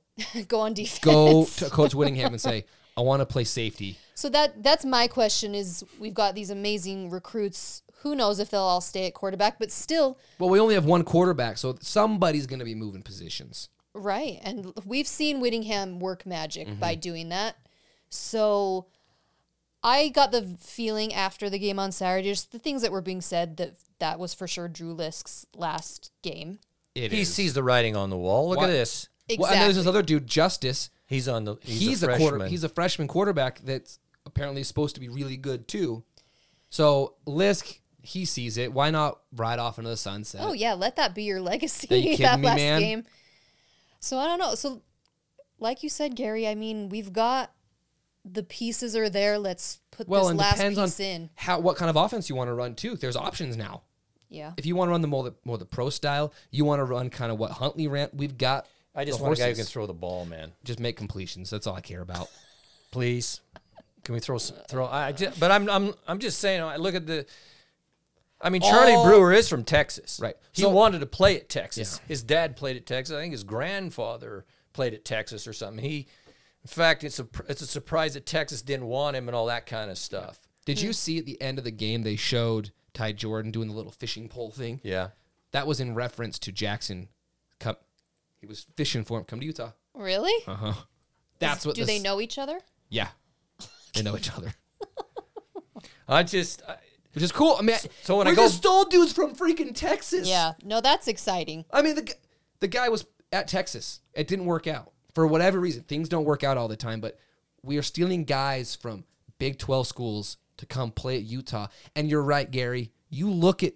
Speaker 3: Go on defense.
Speaker 5: go to Coach Whittingham and say, "I want to play safety."
Speaker 3: So that that's my question is we've got these amazing recruits. Who knows if they'll all stay at quarterback, but still
Speaker 5: Well, we only have one quarterback, so somebody's going to be moving positions.
Speaker 3: Right. And we've seen Whittingham work magic by
Speaker 5: Mm-hmm.
Speaker 3: doing that. So I got the feeling after the game on Saturday, just the things that were being said, that that was for sure Drew Lisk's last game.
Speaker 5: It
Speaker 4: He sees the writing on the wall. Look
Speaker 5: What?
Speaker 4: at this.
Speaker 5: Well, and there's this
Speaker 3: Exactly.
Speaker 5: other dude, Justice.
Speaker 4: He's on the. He's,
Speaker 5: He's,
Speaker 4: a,
Speaker 5: a,
Speaker 4: freshman.
Speaker 5: quarter. He's a freshman quarterback that's apparently supposed to be really good too. So Lisk, he sees it. Why not ride off into the sunset?
Speaker 3: Oh, yeah. Let that be your legacy.
Speaker 5: Are you kidding
Speaker 3: that
Speaker 5: me,
Speaker 3: last
Speaker 5: man?
Speaker 3: game. So I don't know. So, like you said, Gary, I mean, we've got the pieces are there. Let's put
Speaker 5: Well,
Speaker 3: this
Speaker 5: and
Speaker 3: last
Speaker 5: depends on
Speaker 3: piece in.
Speaker 5: how what kind of offense you want to run too. There's options now.
Speaker 3: Yeah.
Speaker 5: If you want to run the more the, more the pro style, you want to run kind of what Huntley ran. We've got.
Speaker 4: I just
Speaker 5: the
Speaker 4: want a guy who can
Speaker 5: horses.
Speaker 4: throw the ball, man.
Speaker 5: just make completions. That's all I care about.
Speaker 4: Please, can we throw some, throw? I, I ju- but I'm I'm I'm just saying. I look at the. I mean, Charlie
Speaker 5: All-
Speaker 4: Brewer is from Texas,
Speaker 5: Right.
Speaker 4: He
Speaker 5: So-
Speaker 4: wanted to play at Texas. His dad played at Texas. I think his grandfather played at Texas or something. He, in fact, it's a pr- it's a surprise that Texas didn't want him and all that kind of stuff.
Speaker 5: Did
Speaker 3: Hmm.
Speaker 5: you see at the end of the game they showed Ty Jordan doing the little fishing pole thing?
Speaker 4: Yeah,
Speaker 5: That was in reference to Jackson. Come, he was fishing for him. Come to Utah.
Speaker 3: Really?
Speaker 5: Uh-huh. That's what.
Speaker 3: Do they
Speaker 5: this-
Speaker 3: know each other?
Speaker 5: Yeah, they know each other,
Speaker 4: I just I,
Speaker 5: which is cool. I mean,
Speaker 4: so when I
Speaker 5: we're
Speaker 4: go-
Speaker 5: just all dudes from freaking Texas.
Speaker 3: Yeah. No, that's exciting.
Speaker 5: I mean, the gu- the guy was at Texas. It didn't work out for whatever reason. Things don't work out all the time, but we are stealing guys from Big 12 schools to come play at Utah. And you're right, Gary. You look at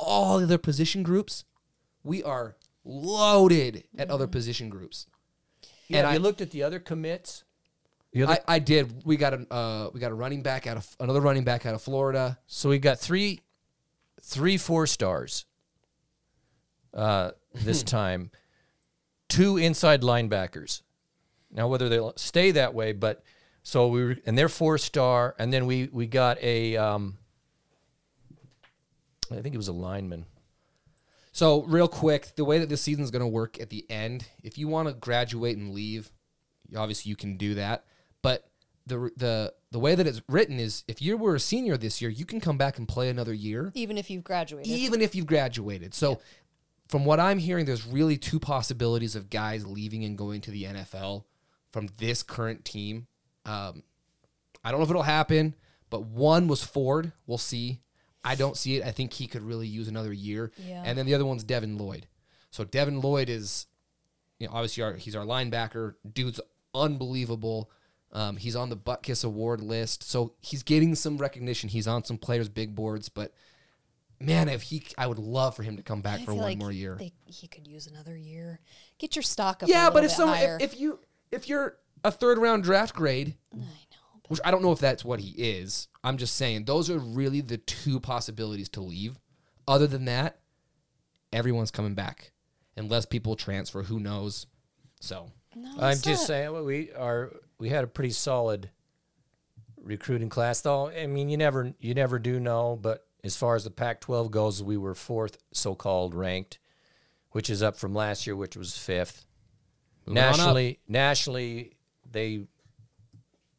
Speaker 5: all the other position groups. We are loaded at
Speaker 3: Mm-hmm.
Speaker 5: other position groups.
Speaker 4: yeah,
Speaker 5: and
Speaker 4: have
Speaker 5: I
Speaker 4: you looked at the other commits.
Speaker 5: I, I did. We got a uh, we got a running back out of another running back out of Florida.
Speaker 4: So we got three, three four stars. Uh, this time, two inside linebackers. Now whether they'll stay that way, but so we were, and they're four star, and then we we got a, um, I think it was a lineman.
Speaker 5: So, real quick, the way that this season's going to work at the end, if you want to graduate and leave, you- obviously you can do that. But the the the way that it's written is if you were a senior this year, you can come back and play another year
Speaker 3: Even if you've graduated.
Speaker 5: even if you've graduated. So from what I'm hearing there's really two possibilities of guys leaving and going to the NFL from this current team. Um, I don't know if it'll happen, but one was Ford. We'll see. I don't see it. I think he could really use another year.
Speaker 3: Yeah.
Speaker 5: And then the other one's Devin Lloyd. So Devin Lloyd is, you know, obviously our, he's our linebacker. Dude's unbelievable. Um, he's on the Butt Kiss Award list, so he's getting some recognition. He's on some players' big boards, but man, if he, I would love for him to come back
Speaker 3: I
Speaker 5: for
Speaker 3: feel
Speaker 5: one
Speaker 3: like
Speaker 5: more year.
Speaker 3: They, he could use another year. Get your stock up.
Speaker 5: yeah,
Speaker 3: a
Speaker 5: but
Speaker 3: little
Speaker 5: if
Speaker 3: bit
Speaker 5: someone,
Speaker 3: higher.
Speaker 5: if, if you, if you're a third round draft grade,
Speaker 3: I know.
Speaker 5: which I don't know if that's what he is. I'm just saying those are really the two possibilities to leave. Other than that, everyone's coming back, unless people transfer. Who knows? So
Speaker 3: No,
Speaker 4: I'm
Speaker 3: it's
Speaker 4: just
Speaker 3: not-
Speaker 4: saying well, we are we had a pretty solid recruiting class, though. I mean, you never you never do know, but as far as the Pac-12 goes, we were fourth so-called ranked, which is up from last year, which was fifth.
Speaker 5: on up.
Speaker 4: nationally, nationally, they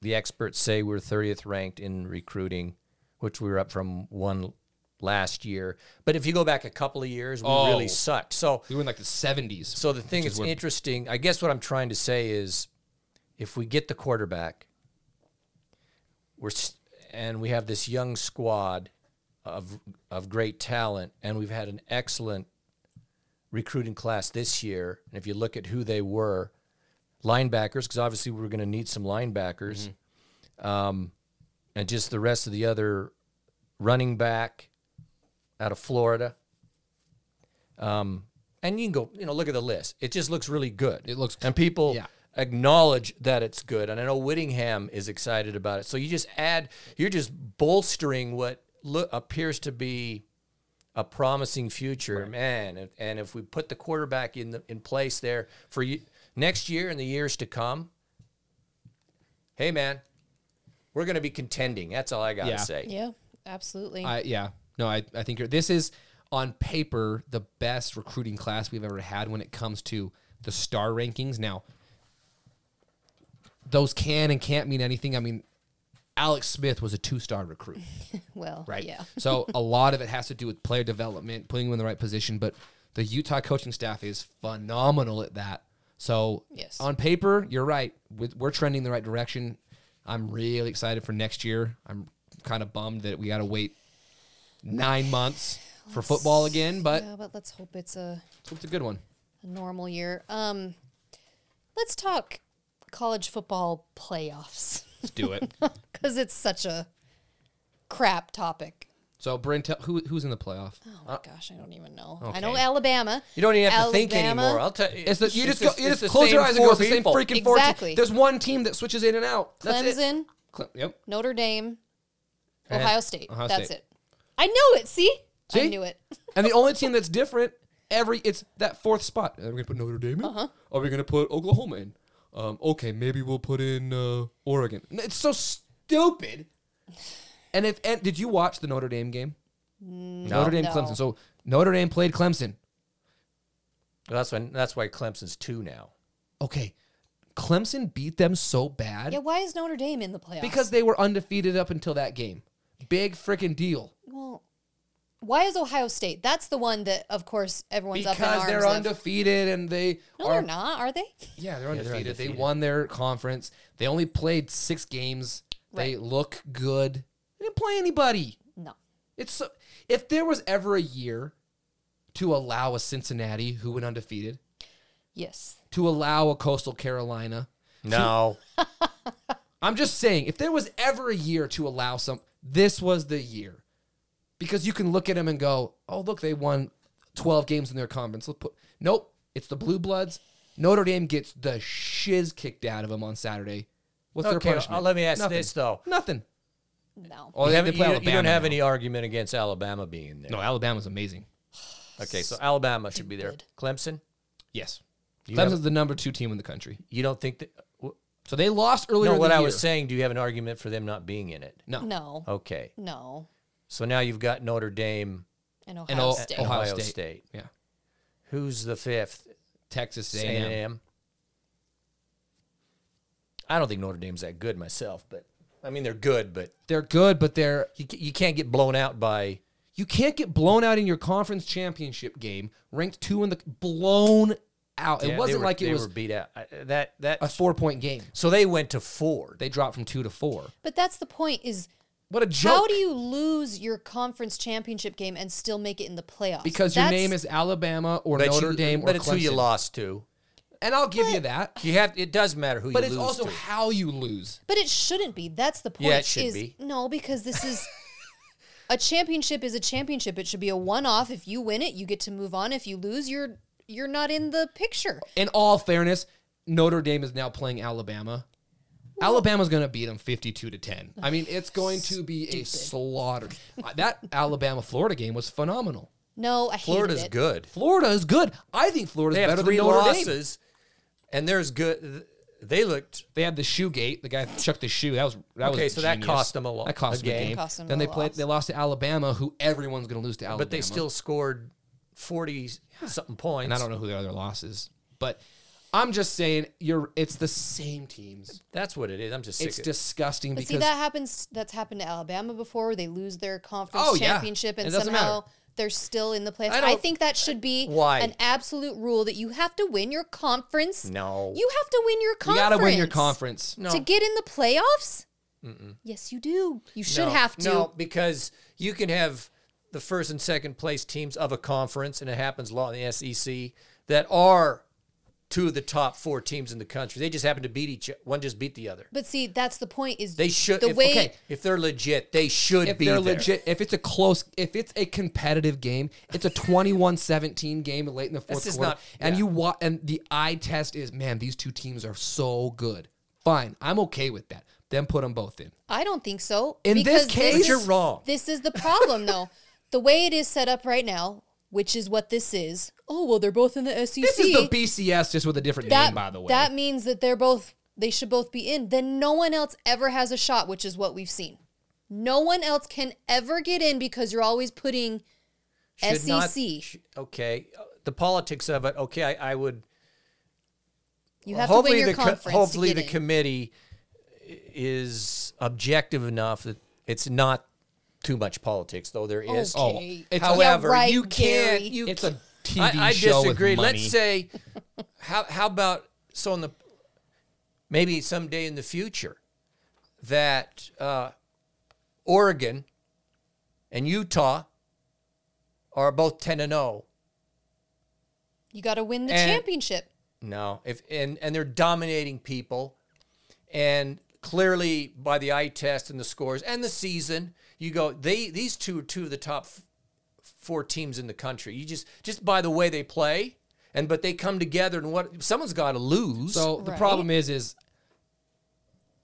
Speaker 4: the experts say we're 30th ranked in recruiting, which we were up from one last year. But if you go back a couple of years, we
Speaker 5: Oh.
Speaker 4: really sucked. So
Speaker 5: we were in like the 70s.
Speaker 4: so the thing
Speaker 5: which is
Speaker 4: that's
Speaker 5: where-
Speaker 4: interesting, I guess what I'm trying to say is, if we get the quarterback, we're s- and we have this young squad of of great talent, and we've had an excellent recruiting class this year. And if you look at who they were, linebackers, because obviously we're going to need some
Speaker 5: Mm-hmm.
Speaker 4: linebackers, um, and just the rest of the other running back out of Florida. Um, and you can go, you know, look at the list. It just looks really good.
Speaker 5: It looks-
Speaker 4: and people
Speaker 5: yeah.
Speaker 4: acknowledge that it's good. And I know Whittingham is excited about it. So you just add, you're just bolstering what lo- appears to be a a promising future, man. And- And if we put the quarterback in the, in place there for you, next year and the years to come, hey man, we're going to be contending. That's all I got to
Speaker 5: Yeah.
Speaker 4: say.
Speaker 3: Yeah, absolutely.
Speaker 5: I, yeah. No, I, I think you're, this is on paper the best recruiting class we've ever had when it comes to the star rankings. Now, those can and can't mean anything. I mean, Alex Smith was a two star recruit,
Speaker 3: well,
Speaker 5: right?
Speaker 3: yeah.
Speaker 5: so a lot of it has to do with player development, putting you in the right position. But the Utah coaching staff is phenomenal at that. So
Speaker 3: Yes.
Speaker 5: on paper, you're right. With- We're trending the right direction. I'm really excited for next year. I'm kind of bummed that we got to wait nine months for football again, but
Speaker 3: Yeah, but let's hope it's a,
Speaker 5: it's a good one.
Speaker 3: a normal year. Um, let's talk college football playoffs
Speaker 5: Let's do it.
Speaker 3: because it's such a crap topic.
Speaker 5: so, Brent, tell- who, who's in the playoff?
Speaker 3: Oh my gosh, I don't even know. I know
Speaker 5: Uh, okay.
Speaker 3: Alabama.
Speaker 4: You don't even have to think
Speaker 3: Alabama-
Speaker 4: anymore. I'll tell you.
Speaker 5: It's the, you just, go, you just
Speaker 4: it's the
Speaker 5: close your
Speaker 4: same
Speaker 5: eyes and go.
Speaker 4: four
Speaker 5: It's the same
Speaker 4: people.
Speaker 5: freaking four. te-
Speaker 3: Exactly.
Speaker 5: There's one team that switches in and out. That's it.
Speaker 3: Clemson,
Speaker 5: Cle- yep.
Speaker 3: Notre Dame,
Speaker 5: And-
Speaker 3: Ohio State.
Speaker 5: Ohio
Speaker 3: That's
Speaker 5: State.
Speaker 3: it. I know it. See? I
Speaker 5: See?
Speaker 3: knew it.
Speaker 5: And the only team that's different every it's that fourth spot. Are we gonna put Notre Dame in?
Speaker 3: Uh-huh.
Speaker 5: Are we gonna put Oklahoma in? Um, okay, maybe we'll put in uh, Oregon. N- It's so stupid. And if and did you watch the Notre Dame game? Notre Dame
Speaker 3: Mm, No.
Speaker 5: Clemson. So Notre Dame played Clemson.
Speaker 4: That's when that's why Clemson's two now.
Speaker 5: Okay, Clemson beat them so bad
Speaker 3: Yeah, why is Notre Dame in the playoffs?
Speaker 5: because they were undefeated up until that game. Big freaking deal.
Speaker 3: well, why is Ohio State? That's the one that, of course, everyone's up in
Speaker 5: Because
Speaker 3: arms.
Speaker 5: they're
Speaker 3: of.
Speaker 5: undefeated and they
Speaker 3: No,
Speaker 5: are
Speaker 3: they're not, are they?
Speaker 5: Yeah, they're undefeated.
Speaker 4: undefeated.
Speaker 5: They won their conference. They only played six games. They
Speaker 3: Right.
Speaker 5: look good. They didn't play anybody.
Speaker 3: No.
Speaker 5: It's so, if there was ever a year to allow a Cincinnati who went undefeated,
Speaker 3: Yes.
Speaker 5: to allow a Coastal Carolina,
Speaker 4: No,
Speaker 5: I'm just saying, if there was ever a year to allow some, this was the year, because you can look at them and go, "Oh, look, they won 12 games in their conference." Let's put nope, it's the Blue Bloods. Notre Dame gets the shiz kicked out of them on Saturday. What's their
Speaker 4: Okay,
Speaker 5: punishment?
Speaker 4: uh, let me ask
Speaker 5: Nothing.
Speaker 4: this, though.
Speaker 5: Nothing.
Speaker 3: No.
Speaker 5: Oh,
Speaker 4: you,
Speaker 5: they,
Speaker 4: haven't-
Speaker 5: they play
Speaker 4: you- you
Speaker 5: Alabama
Speaker 4: don't have
Speaker 5: now.
Speaker 4: any argument against Alabama being there.
Speaker 5: No, Alabama's amazing.
Speaker 4: Okay, so Alabama should be there.
Speaker 3: Stupid.
Speaker 4: Clemson,
Speaker 5: Yes,
Speaker 4: have-
Speaker 5: Clemson's the number two team in the country.
Speaker 4: you don't think that? wh-
Speaker 5: So they lost earlier.
Speaker 4: No,
Speaker 5: in
Speaker 4: what
Speaker 5: the
Speaker 4: I
Speaker 5: year.
Speaker 4: was saying, do you have an argument for them not being in it?
Speaker 5: No,
Speaker 3: No.
Speaker 4: Okay,
Speaker 3: No.
Speaker 4: so now you've got Notre Dame,
Speaker 3: And Ohio
Speaker 5: and O-
Speaker 3: State.
Speaker 5: Ohio,
Speaker 4: Ohio
Speaker 5: State.
Speaker 4: State.
Speaker 5: Yeah,
Speaker 4: Who's the fifth?
Speaker 5: Texas
Speaker 4: A
Speaker 5: A&M.
Speaker 4: and M. I don't think Notre Dame's that good myself, but I mean they're good, but
Speaker 5: They're good, but they're
Speaker 4: you ca- you can't get blown out by
Speaker 5: You can't get blown out in your conference championship game, ranked two in the blown out.
Speaker 4: Yeah,
Speaker 5: it
Speaker 4: they
Speaker 5: wasn't
Speaker 4: were-
Speaker 5: like it
Speaker 4: they
Speaker 5: was
Speaker 4: were beat out. I- That that
Speaker 5: a four point game.
Speaker 4: so they went to four.
Speaker 5: They dropped from two to four.
Speaker 3: But that's the point is
Speaker 5: What a
Speaker 3: how
Speaker 5: joke!
Speaker 3: do you lose your conference championship game and still make it in the playoffs?
Speaker 5: because your
Speaker 3: That's-
Speaker 5: name is Alabama or
Speaker 4: But
Speaker 5: Notre
Speaker 4: you-
Speaker 5: Dame
Speaker 4: but
Speaker 5: or
Speaker 4: it's
Speaker 5: Clemson.
Speaker 4: who you lost to.
Speaker 5: and I'll give you that.
Speaker 4: You have it does matter who
Speaker 5: But
Speaker 4: you
Speaker 5: it's
Speaker 4: lose
Speaker 5: also
Speaker 4: to.
Speaker 5: how you lose.
Speaker 3: But it shouldn't be. That's the point.
Speaker 4: Yeah, it should
Speaker 3: is-
Speaker 4: be.
Speaker 3: No, because this is a championship is a championship. It should be a one off. If you win it, you get to move on. If you lose, you're you're not in the picture.
Speaker 5: In all fairness, Notre Dame is now playing Alabama. Alabama's going to beat them 52 to 10. I mean, it's going to be a slaughter. Uh, That Alabama Florida game was phenomenal.
Speaker 3: No, I hated
Speaker 4: Florida's
Speaker 3: it.
Speaker 4: good.
Speaker 5: Florida is good. I think Florida's
Speaker 4: They have
Speaker 5: better than
Speaker 4: three
Speaker 5: Notre Dame.
Speaker 4: losses, and there's good. They looked
Speaker 5: They had the shoe gate. The guy chucked the shoe. That was that was
Speaker 4: Okay, so that
Speaker 5: genius.
Speaker 4: cost 'em a lo-
Speaker 5: That cost
Speaker 4: a
Speaker 5: them a
Speaker 4: game.
Speaker 5: game.
Speaker 3: Cost 'em
Speaker 5: then
Speaker 3: a
Speaker 5: they played.
Speaker 3: loss.
Speaker 5: They lost to Alabama, who everyone's going to lose to Alabama.
Speaker 4: but they still scored forty something points.
Speaker 5: And I don't know who their other losses. But I'm just saying, you're. It's the same teams.
Speaker 4: That's what it is. I'm just sick
Speaker 5: It's
Speaker 4: of it.
Speaker 5: disgusting
Speaker 3: But
Speaker 5: because
Speaker 3: see, that happens. That's happened to Alabama before, where they lose their conference
Speaker 5: Oh, yeah.
Speaker 3: championship
Speaker 5: It
Speaker 3: and
Speaker 5: doesn't
Speaker 3: somehow
Speaker 5: matter.
Speaker 3: they're still in the playoffs.
Speaker 5: I
Speaker 3: I,
Speaker 5: don't-
Speaker 3: think that should be
Speaker 4: Why?
Speaker 3: an absolute rule that you have to win your conference.
Speaker 4: No.
Speaker 3: you have to win your
Speaker 5: you
Speaker 3: conference.
Speaker 5: got to win your conference.
Speaker 4: No.
Speaker 3: to get in the playoffs. Yes, you do. You should
Speaker 4: No,
Speaker 3: have to.
Speaker 4: No, because you can have the first and second place teams of a conference, and it happens a lot in the SEC, that are two of the top four teams in the country. They just happen to beat each one, just beat the other.
Speaker 3: But see, that's the point. Is
Speaker 4: They should.
Speaker 3: the
Speaker 4: if,
Speaker 3: way
Speaker 4: okay, if they're legit, they should
Speaker 5: If
Speaker 4: be
Speaker 5: they're
Speaker 4: there.
Speaker 5: legit, if it's a close, if it's a competitive game, it's a 21-17 game late in the fourth
Speaker 4: This is
Speaker 5: quarter,
Speaker 4: not-
Speaker 5: and
Speaker 4: yeah.
Speaker 5: you wa- and the eye test is, man, these two teams are so good. Fine, I'm okay with that. Then put them both in.
Speaker 3: I don't think so.
Speaker 5: In
Speaker 3: because
Speaker 5: this case-
Speaker 3: is-
Speaker 4: You're wrong.
Speaker 3: This is the problem, though. the way it is set up right now, which is what this is. Oh well, they're both in the SEC.
Speaker 5: This is the BCS just with a different
Speaker 3: that,
Speaker 5: name, by the way.
Speaker 3: that means that they're both they should both be in. Then no one else ever has a shot, which is what we've seen. No one else can ever get in because you're always putting E
Speaker 4: Should not-
Speaker 3: SEC.
Speaker 4: sh- okay, uh, the politics of it. Okay, I, I would.
Speaker 3: you have to win
Speaker 4: hopefully
Speaker 3: your
Speaker 4: the co-
Speaker 3: conference. to
Speaker 4: hopefully
Speaker 3: get
Speaker 4: the
Speaker 3: in.
Speaker 4: committee is objective enough that it's not too much politics, though there is.
Speaker 3: Okay. Oh,
Speaker 5: it's-
Speaker 4: however,
Speaker 3: Yeah, right,
Speaker 4: you can't.
Speaker 3: Gary.
Speaker 4: You
Speaker 5: it's a TV
Speaker 4: I, I
Speaker 5: show
Speaker 4: disagree.
Speaker 5: with money.
Speaker 4: Let's say, how how about so in the maybe someday in the future that uh, Oregon and Utah are both ten and oh. zero.
Speaker 3: you got to win the
Speaker 4: and-
Speaker 3: championship.
Speaker 4: No, if and and they're dominating people, and clearly by the eye test and the scores and the season, you go they these two are two of the top f- four teams in the country. You just just by the way they play, and but they come together and what someone's got to lose.
Speaker 5: So the
Speaker 3: Right.
Speaker 5: problem is, is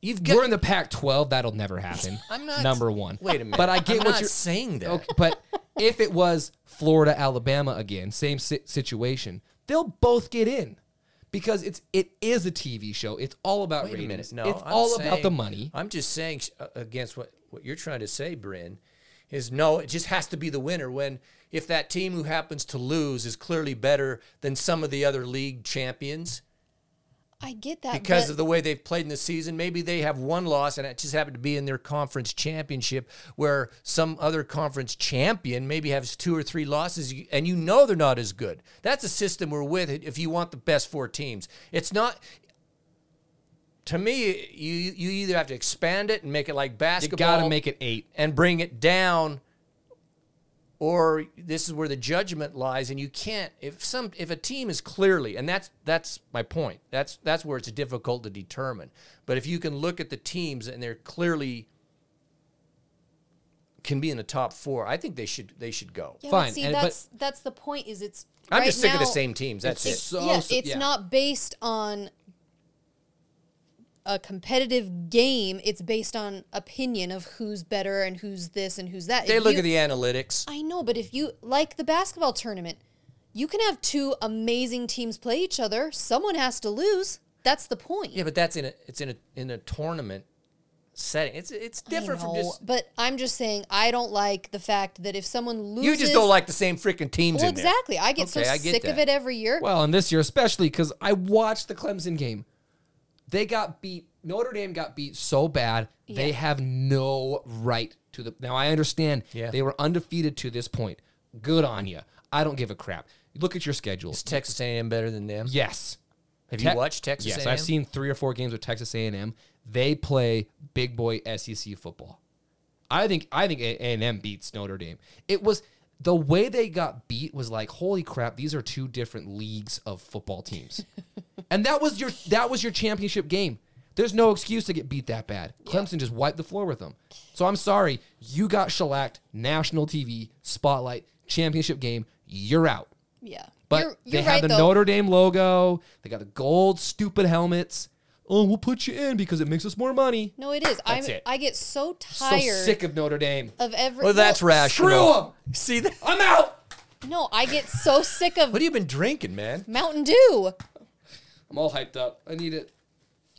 Speaker 4: you've
Speaker 5: we're in the Pac-12. That'll never happen.
Speaker 4: I'm not
Speaker 5: number one.
Speaker 4: Wait a minute,
Speaker 5: But I get
Speaker 4: I'm
Speaker 5: what
Speaker 4: not
Speaker 5: you're
Speaker 4: saying. That
Speaker 5: Okay, but if it was Florida, Alabama again, same si- situation, they'll both get in because it's it is a TV show. It's all about
Speaker 4: Wait a
Speaker 5: ratings.
Speaker 4: minute. No,
Speaker 5: it's
Speaker 4: I'm
Speaker 5: all
Speaker 4: saying-
Speaker 5: about the money.
Speaker 4: I'm just saying sh- uh, against what what you're trying to say, Bryn, is no. It just has to be the winner. When if that team who happens to lose is clearly better than some of the other league champions
Speaker 3: I get that
Speaker 4: because
Speaker 3: but
Speaker 4: of the way they've played in the season, maybe they have one loss and it just happened to be in their conference championship, where some other conference champion maybe has two or three losses, you- and you know they're not as good. That's a system we're with if you want the best four teams. It's not to me, you you either have to expand it and make it like
Speaker 5: You
Speaker 4: basketball.
Speaker 5: got to make it eight.
Speaker 4: and bring it down, or this is where the judgment lies. And you can't if some if a team is clearly and that's that's my point. That's that's where it's difficult to determine. But if you can look at the teams and they're clearly can be in the top four, I think they should they should go.
Speaker 3: yeah, but
Speaker 5: fine,
Speaker 3: See,
Speaker 5: and- but-
Speaker 3: that's that's the point. Is it's
Speaker 4: I'm
Speaker 3: right
Speaker 4: just sick of the
Speaker 3: now-
Speaker 4: same teams. That's
Speaker 5: it's-
Speaker 4: it.
Speaker 5: So-
Speaker 3: yeah,
Speaker 5: so-
Speaker 3: it's
Speaker 5: yeah.
Speaker 3: not based on a competitive game. It's based on opinion of who's better and who's this and who's that.
Speaker 4: They
Speaker 3: If
Speaker 4: look
Speaker 3: you-
Speaker 4: at the analytics.
Speaker 3: I know, but if you like the basketball tournament, you can have two amazing teams play each other. Someone has to lose. That's the point.
Speaker 4: Yeah, but that's in a it's in a in a tournament setting. It's it's
Speaker 3: I
Speaker 4: different from
Speaker 3: know,
Speaker 4: just
Speaker 3: but I'm just saying I don't like the fact that if someone loses,
Speaker 4: you just don't like the same freaking teams
Speaker 3: Well,
Speaker 4: in there.
Speaker 3: exactly. I get
Speaker 4: Okay,
Speaker 3: so
Speaker 4: I get
Speaker 3: sick of
Speaker 4: that.
Speaker 3: it every year.
Speaker 5: Well, and this year especially because I watched the Clemson game. They got beat. Notre Dame got beat so bad they have no right to the. Now I understand
Speaker 4: Yeah.
Speaker 5: they were undefeated to this point. Good on you. I don't give a crap. Look at your schedule.
Speaker 4: Is Texas A&M better than them?
Speaker 5: Yes.
Speaker 4: Have
Speaker 5: Te-
Speaker 4: you watched Texas
Speaker 5: Yes,
Speaker 4: A&M?
Speaker 5: I've seen three or four games with Texas A&M. They play big boy SEC football. I think I think A- A&M beats Notre Dame. It was the way they got beat was like holy crap. These are two different leagues of football teams, and that was your that was your championship game. There's no excuse to get beat that bad. Clemson just wiped the floor with them. So I'm sorry, you got shellacked. National TV spotlight championship game. You're out.
Speaker 3: yeah,
Speaker 5: But
Speaker 3: you're,
Speaker 5: they
Speaker 3: you're
Speaker 5: had
Speaker 3: right
Speaker 5: the
Speaker 3: though.
Speaker 5: Notre Dame logo. They got the gold stupid helmets. Oh, we'll put you in because it makes us more money.
Speaker 3: no, it is. I'm,
Speaker 5: it.
Speaker 3: I get so
Speaker 5: So
Speaker 3: tired.
Speaker 5: sick of Notre Dame.
Speaker 3: of every.
Speaker 4: Well, that's
Speaker 3: right.
Speaker 4: rational.
Speaker 5: Screw 'em!
Speaker 4: See that?
Speaker 5: I'm out.
Speaker 3: No, I get so sick of
Speaker 4: What have you been drinking, man?
Speaker 3: Mountain Dew.
Speaker 5: I'm all hyped up. I need it.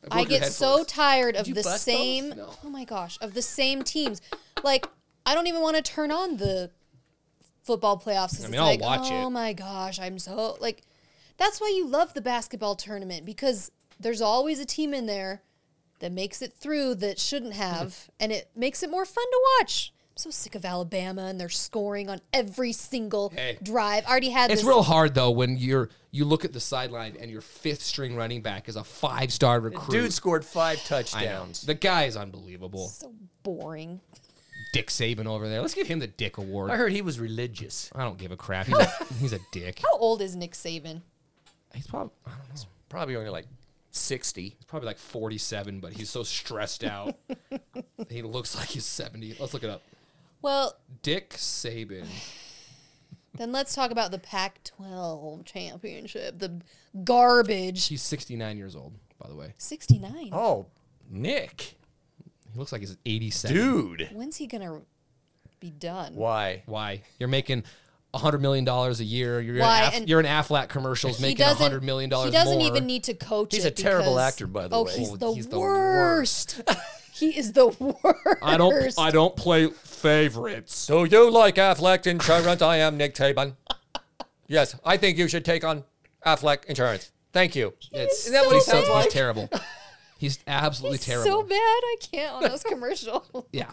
Speaker 3: I
Speaker 5: broke your
Speaker 3: get so
Speaker 5: headphones.
Speaker 3: tired of
Speaker 4: you
Speaker 3: the
Speaker 4: bust those?
Speaker 3: same.
Speaker 5: No.
Speaker 3: Oh my gosh, of the same teams. Like I don't even want to turn on the football playoffs. 'cause
Speaker 5: mean,
Speaker 3: it's
Speaker 5: I'll
Speaker 3: like,
Speaker 5: watch
Speaker 3: oh
Speaker 5: it.
Speaker 3: my gosh, I'm so like. That's why you love the basketball tournament because there's always a team in there that makes it through that shouldn't have, and it makes it more fun to watch. I'm so sick of Alabama and they're scoring on every single
Speaker 5: Hey.
Speaker 3: drive. I already had
Speaker 5: It's
Speaker 3: this
Speaker 5: real hard though when you're you look at the sideline and your fifth string running back is a five star recruit.
Speaker 4: Dude scored five
Speaker 5: I know.
Speaker 4: touchdowns.
Speaker 5: The guy is unbelievable.
Speaker 3: so boring.
Speaker 5: Dick Saban over there. Let's give him the Dick Award.
Speaker 4: I, heard he was religious.
Speaker 5: I don't give a crap. He's a, he's a dick.
Speaker 3: How old is Nick Saban?
Speaker 5: He's probably I don't know. He's
Speaker 4: Probably only like 60.
Speaker 5: probably like 47, but he's so stressed out. he looks like he's 70. Let's look it up.
Speaker 3: Well,
Speaker 5: Dick Saban.
Speaker 3: then let's talk about the Pac 12 championship, the garbage.
Speaker 5: He's 69 years old, by the way.
Speaker 3: 69.
Speaker 4: Oh, Nick.
Speaker 5: He looks like he's 87.
Speaker 4: Dude.
Speaker 3: When's he going to be done.
Speaker 4: Why?
Speaker 5: Why? You're making hundred million dollars a year. You're
Speaker 3: Why?
Speaker 5: In Af-
Speaker 3: And-
Speaker 5: you're in Aflac commercials
Speaker 3: He
Speaker 5: making
Speaker 3: doesn't-
Speaker 5: hundred million dollars.
Speaker 3: He doesn't
Speaker 5: more.
Speaker 3: even need to coach.
Speaker 4: He's
Speaker 3: it
Speaker 4: a terrible
Speaker 3: because-
Speaker 4: actor, by the
Speaker 3: oh,
Speaker 4: way.
Speaker 3: he's
Speaker 5: Oh,
Speaker 3: the
Speaker 5: he's the
Speaker 3: worst. he is the worst.
Speaker 5: I don't. I don't play favorites.
Speaker 4: Do you like Affleck Insurance? I am Nick Taban. Yes, I think you should take on Affleck Insurance. Thank you.
Speaker 5: It's,
Speaker 4: Isn't that what he
Speaker 5: he's-
Speaker 4: sounds like?
Speaker 5: He's terrible. He's absolutely
Speaker 3: He's
Speaker 5: terrible.
Speaker 3: So bad, I can't on those commercials.
Speaker 5: Yeah.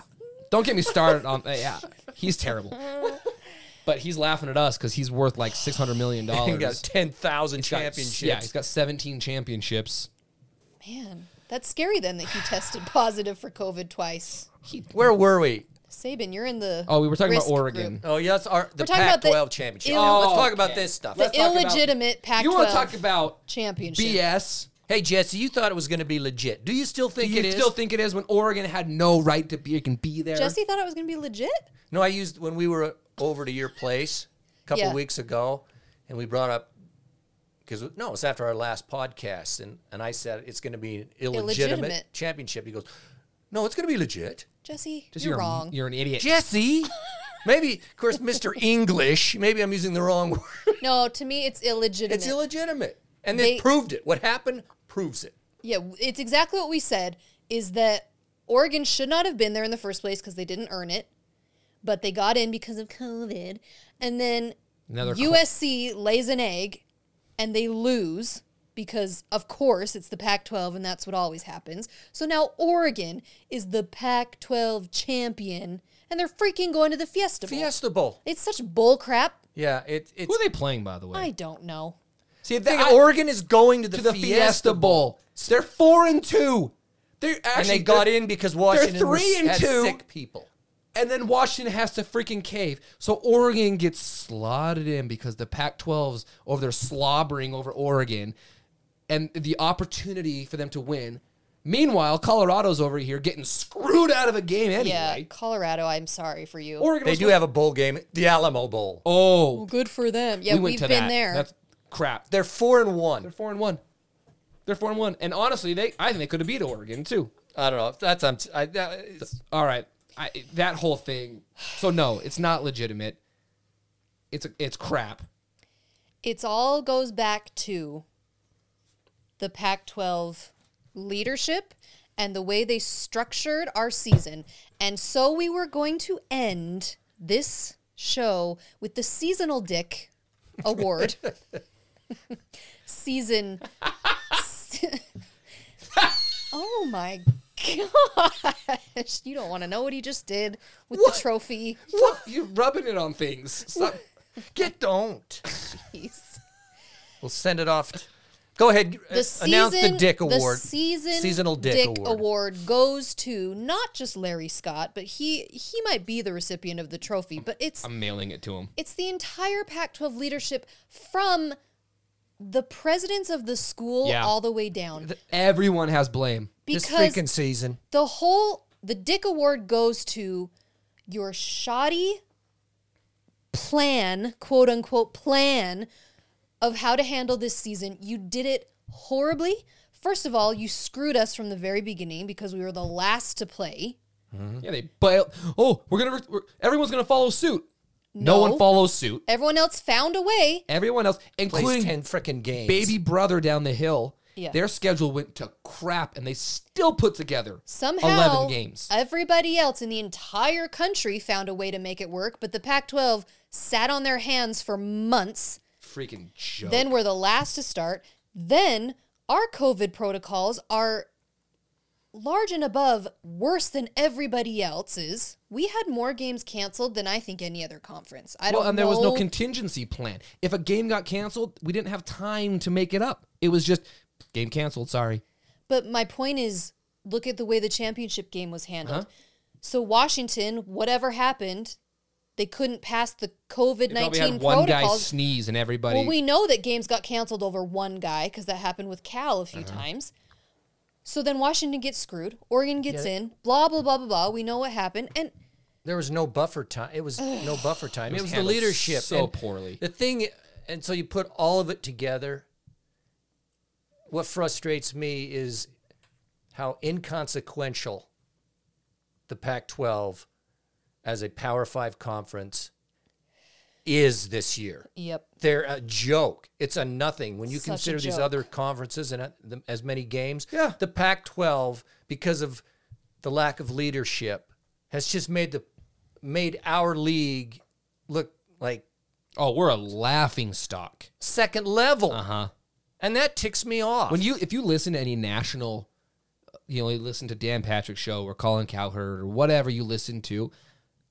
Speaker 5: Don't get me started on that. Yeah. He's terrible. But he's laughing at us because he's worth like six hundred million
Speaker 4: He
Speaker 5: dollars.
Speaker 4: got ten thousand championships.
Speaker 5: Yeah, he's got seventeen championships.
Speaker 3: Man, that's scary. Then that he tested positive for COVID twice.
Speaker 4: Where were we?
Speaker 3: Sabin, you're in the.
Speaker 5: Oh, we were talking about
Speaker 3: risk group.
Speaker 5: Oregon.
Speaker 4: Oh, yes, our the
Speaker 3: We're talking about the
Speaker 4: Pac-12 championship.
Speaker 3: ill-
Speaker 4: Oh, let's talk
Speaker 5: okay.
Speaker 4: about this stuff.
Speaker 3: The
Speaker 5: Let's talk about-
Speaker 3: illegitimate Pac-12
Speaker 5: You want to talk about
Speaker 3: championship.
Speaker 5: BS?
Speaker 4: hey, Jesse, you thought it was going to be legit. Do you still
Speaker 5: Do
Speaker 4: think
Speaker 5: you
Speaker 4: it is?
Speaker 5: still think it is when Oregon had no right to be? It can be there.
Speaker 3: Jesse thought it was going to be legit.
Speaker 4: No, I used when we were over to your place a couple
Speaker 3: Yeah.
Speaker 4: weeks ago, and we brought up because no, it's after our last podcast, and and I said it's going to be an illegitimate,
Speaker 3: Illegitimate.
Speaker 4: championship. He goes, no, it's going to be legit.
Speaker 3: Jesse,
Speaker 5: Jesse,
Speaker 3: you're, wrong.
Speaker 5: You're an idiot.
Speaker 4: Jesse, maybe of course, Mister English. Maybe I'm using the wrong word.
Speaker 3: no, to me, it's illegitimate.
Speaker 4: It's illegitimate, and
Speaker 3: They-
Speaker 4: they proved it. What happened proves it.
Speaker 3: Yeah, it's exactly what we said is that Oregon should not have been there in the first place because they didn't earn it, but they got in because of COVID. And then
Speaker 5: Another cl-
Speaker 3: USC lays an egg and they lose because, of course, it's the Pac 12 and that's what always happens. So now Oregon is the Pac 12 champion and they're freaking going to the Fiesta Bowl.
Speaker 4: Fiesta Bowl.
Speaker 3: It's such bullcrap.
Speaker 4: Yeah, it, it's.
Speaker 5: Who are they playing, by the way?
Speaker 3: I don't know.
Speaker 4: See, the thing,
Speaker 5: I-
Speaker 4: Oregon is going to the,
Speaker 5: to the
Speaker 4: Fiesta,
Speaker 5: Fiesta, Bowl. They're four and two. They're actually
Speaker 4: and they got
Speaker 5: they're-
Speaker 4: in because Washington
Speaker 5: three
Speaker 4: was-
Speaker 5: and
Speaker 4: had
Speaker 5: two.
Speaker 4: sick people.
Speaker 5: and then Washington has to freaking cave. So Oregon gets slotted in because the Pac-12s over there slobbering over Oregon, and the opportunity for them to win. Meanwhile, Colorado's over here getting screwed out of a game anyway.
Speaker 3: Yeah, Colorado, I'm sorry for you.
Speaker 5: Oregon
Speaker 4: They
Speaker 5: was
Speaker 4: do
Speaker 5: supposed-
Speaker 4: have a bowl game, the Alamo Bowl.
Speaker 5: Oh,
Speaker 3: Well, good for them. Yeah,
Speaker 5: we went
Speaker 3: have
Speaker 5: to
Speaker 3: been
Speaker 5: that.
Speaker 3: there.
Speaker 5: That's crap.
Speaker 4: They're four and
Speaker 5: They're
Speaker 4: one.
Speaker 5: four and one. They're four and one. And honestly, they I think they could have beat Oregon too.
Speaker 4: I don't know. if That's I'm. I, that, it's-
Speaker 5: All right, I, that whole thing. So no, it's not legitimate. It's it's crap.
Speaker 3: it's all goes back to the Pac 12 leadership and the way they structured our season. And so we were going to end this show with the seasonal dick award. Season. oh my gosh. You don't want to know what he just did with the trophy.
Speaker 5: What? You're rubbing it on things. Stop.
Speaker 4: get don't.
Speaker 3: Jeez.
Speaker 4: We'll send it off. t- Go ahead.
Speaker 3: the
Speaker 4: uh, announce the
Speaker 3: season-
Speaker 4: Dick Award.
Speaker 3: season
Speaker 4: Seasonal Dick, Award.
Speaker 3: goes to not just Larry Scott, but he he might be the recipient of the trophy, but it's
Speaker 4: Um,
Speaker 5: I'm mailing it to him.
Speaker 3: it's the entire Pac-12 leadership from the presidents of the school
Speaker 5: Yeah.
Speaker 3: all the way down.
Speaker 5: Everyone has blame.
Speaker 4: This
Speaker 3: because
Speaker 4: freaking season.
Speaker 3: the whole the Dick Award goes to your shoddy plan, quote unquote plan of how to handle this season. You did it horribly. First of all, you screwed us from the very beginning because we were the last to play.
Speaker 5: Yeah, they bail. Oh, we're gonna. We're, everyone's gonna follow suit. No. one
Speaker 3: No.
Speaker 5: follows suit.
Speaker 3: Everyone else found a way.
Speaker 5: Everyone else,
Speaker 4: Plays
Speaker 5: including
Speaker 4: ten freaking games.
Speaker 5: baby brother down the hill,
Speaker 3: Yeah.
Speaker 5: their schedule went to crap, and they still put together
Speaker 3: Somehow, uh,
Speaker 5: eleven games.
Speaker 3: everybody else in the entire country found a way to make it work, but the Pac 12 sat on their hands for months
Speaker 5: Freaking joke.
Speaker 3: Then we're the last to start. Then our COVID protocols are large and above worse than everybody else's. We had more games canceled than I think any other conference. I don't
Speaker 5: Well, and there was no
Speaker 3: know-
Speaker 5: contingency plan. If a game got canceled, we didn't have time to make it up. It was just game canceled. Sorry.
Speaker 3: But my point is, look at the way the championship game was handled.
Speaker 5: Uh-huh.
Speaker 3: So Washington, whatever happened, they couldn't pass the COVID
Speaker 5: Probably
Speaker 3: nineteen
Speaker 5: had one guy
Speaker 3: protocols.
Speaker 5: sneeze and everybody.
Speaker 3: Well, we know that games got canceled over one guy because that happened with Cal a few
Speaker 4: Uh-huh.
Speaker 3: times. So then Washington gets screwed. Oregon gets in. Blah blah blah blah blah. We know what happened, and
Speaker 4: There was no buffer time. It was no buffer time. It was, the
Speaker 5: handled
Speaker 4: leadership
Speaker 5: so
Speaker 4: And
Speaker 5: poorly.
Speaker 4: The thing, and so you put all of it together. What frustrates me is how inconsequential the Pac-12 as a Power Five conference is this year.
Speaker 3: Yep.
Speaker 4: They're a joke. It's a nothing when you
Speaker 3: Such a
Speaker 4: consider these
Speaker 3: joke.
Speaker 4: other conferences and uh, the, as many games.
Speaker 5: Yeah.
Speaker 4: The Pac 12, because of the lack of leadership, has just made the made our league look like
Speaker 5: Oh, we're a laughing stock.
Speaker 4: second level.
Speaker 5: huh.
Speaker 4: And that ticks me off.
Speaker 5: Uh-huh. When you if you listen to any national, you know, you listen to Dan Patrick's show or Colin Cowherd or whatever you listen to,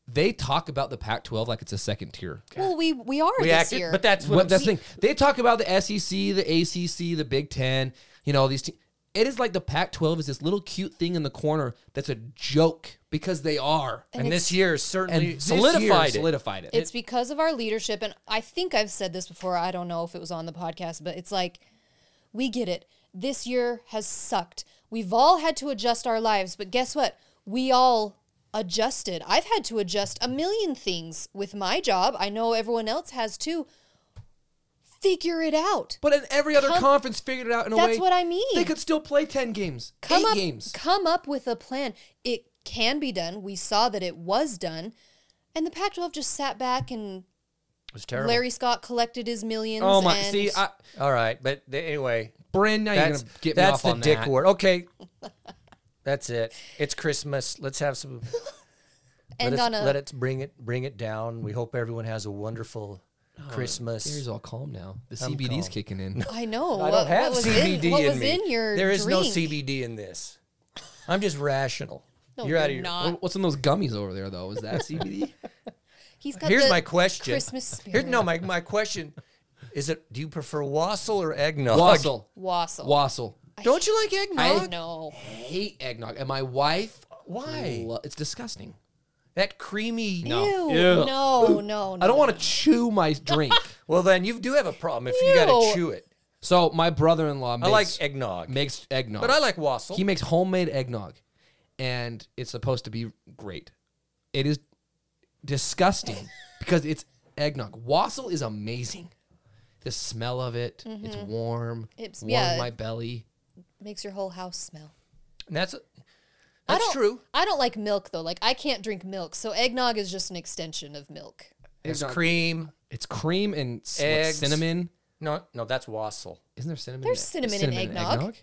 Speaker 5: they talk about the Pac-12 like it's a second tier.
Speaker 3: Well, we we are
Speaker 4: we
Speaker 3: this
Speaker 4: acted,
Speaker 3: year.
Speaker 4: but that's what,
Speaker 5: What,
Speaker 4: I'm
Speaker 5: that's
Speaker 4: saying.
Speaker 5: the thing. They talk about the SEC, the ACC, the Big Ten. You know, all these. Te- it is like the Pac-12 is this little cute thing in the corner that's a joke because they are.
Speaker 4: And, this year certainly
Speaker 5: And
Speaker 4: solidified
Speaker 5: solidified
Speaker 4: it.
Speaker 5: Solidified it.
Speaker 3: it's because of our leadership and i think i've said this before i don't know if it was on the podcast but it's like we get it this year has sucked we've all had to adjust our lives but guess what we all adjusted i've had to adjust a million things with my job i know everyone else has too figure it out
Speaker 5: But in every other
Speaker 3: Come-
Speaker 5: conference figured it out in a way.
Speaker 3: That's what I mean.
Speaker 5: They could still play 10 games,
Speaker 3: come
Speaker 5: eight
Speaker 3: up
Speaker 5: games.
Speaker 3: come up with a plan it can be done we saw that it was done and the pac 12 just sat back and
Speaker 4: It was terrible.
Speaker 3: larry scott collected his millions
Speaker 5: Oh my!
Speaker 3: and
Speaker 5: See, I,
Speaker 4: All right, but th- anyway,
Speaker 5: Bryn, now you're gonna
Speaker 4: that's
Speaker 5: get me
Speaker 4: that's
Speaker 5: off
Speaker 4: the
Speaker 5: on
Speaker 4: dick
Speaker 5: that.
Speaker 4: word. Okay, that's it. It's Christmas. Let's have some.
Speaker 3: end
Speaker 4: let,
Speaker 3: on
Speaker 4: us,
Speaker 3: a
Speaker 4: let it bring it bring it down. We hope everyone has a wonderful
Speaker 5: Oh,
Speaker 4: Christmas.
Speaker 5: Gary's all calm now. The
Speaker 4: I'm
Speaker 5: CBD's
Speaker 4: calm.
Speaker 5: kicking in.
Speaker 3: I know. what,
Speaker 4: I don't
Speaker 3: what
Speaker 4: have
Speaker 3: was
Speaker 4: CBD
Speaker 3: in, what
Speaker 4: in
Speaker 3: was
Speaker 4: me.
Speaker 3: in your
Speaker 4: there is no
Speaker 3: drink?
Speaker 4: CBD in this. I'm just rational.
Speaker 3: No,
Speaker 4: you're out of
Speaker 3: you're
Speaker 4: your.
Speaker 3: not.
Speaker 5: What- What's in those gummies over there, though? Is that CBD?
Speaker 3: He's got
Speaker 4: Here's
Speaker 3: the
Speaker 4: my question.
Speaker 3: Christmas
Speaker 4: Here-
Speaker 3: spirit.
Speaker 4: no, my, my question is: It do you prefer wassail or eggnog?
Speaker 5: Wassel.
Speaker 3: Wassel.
Speaker 5: Wassel.
Speaker 4: Don't you like eggnog?
Speaker 3: I know.
Speaker 5: Hate eggnog. And my wife.
Speaker 4: Why?
Speaker 5: lo- it's disgusting.
Speaker 4: That creamy.
Speaker 5: No.
Speaker 3: Ew.
Speaker 5: Ew.
Speaker 3: No, no, no.
Speaker 5: I don't want to chew my drink.
Speaker 4: Well, then you do have a problem if you got to
Speaker 3: Ew.
Speaker 4: chew it.
Speaker 5: so my brother-in-law
Speaker 4: I
Speaker 5: makes,
Speaker 4: like eggnog,
Speaker 5: makes eggnog.
Speaker 4: but I like wassail.
Speaker 5: He makes homemade eggnog, and it's supposed to be great. It is disgusting because it's eggnog. Wassail is amazing. The smell of it, it's
Speaker 4: Mm-hmm.
Speaker 5: warm.
Speaker 3: It's-
Speaker 5: warm
Speaker 3: yeah.
Speaker 5: my belly.
Speaker 3: Makes your whole house smell.
Speaker 4: And that's
Speaker 3: I
Speaker 4: that's
Speaker 3: don't,
Speaker 4: true.
Speaker 3: I don't like milk though. Like I can't drink milk, so eggnog is just an extension of milk.
Speaker 4: It's
Speaker 5: Eggnog.
Speaker 4: cream.
Speaker 5: It's cream and s- what,
Speaker 4: Eggs.
Speaker 5: cinnamon.
Speaker 4: No, no, that's wassail.
Speaker 5: Isn't there cinnamon?
Speaker 3: There's
Speaker 5: in-
Speaker 3: cinnamon in eggnog.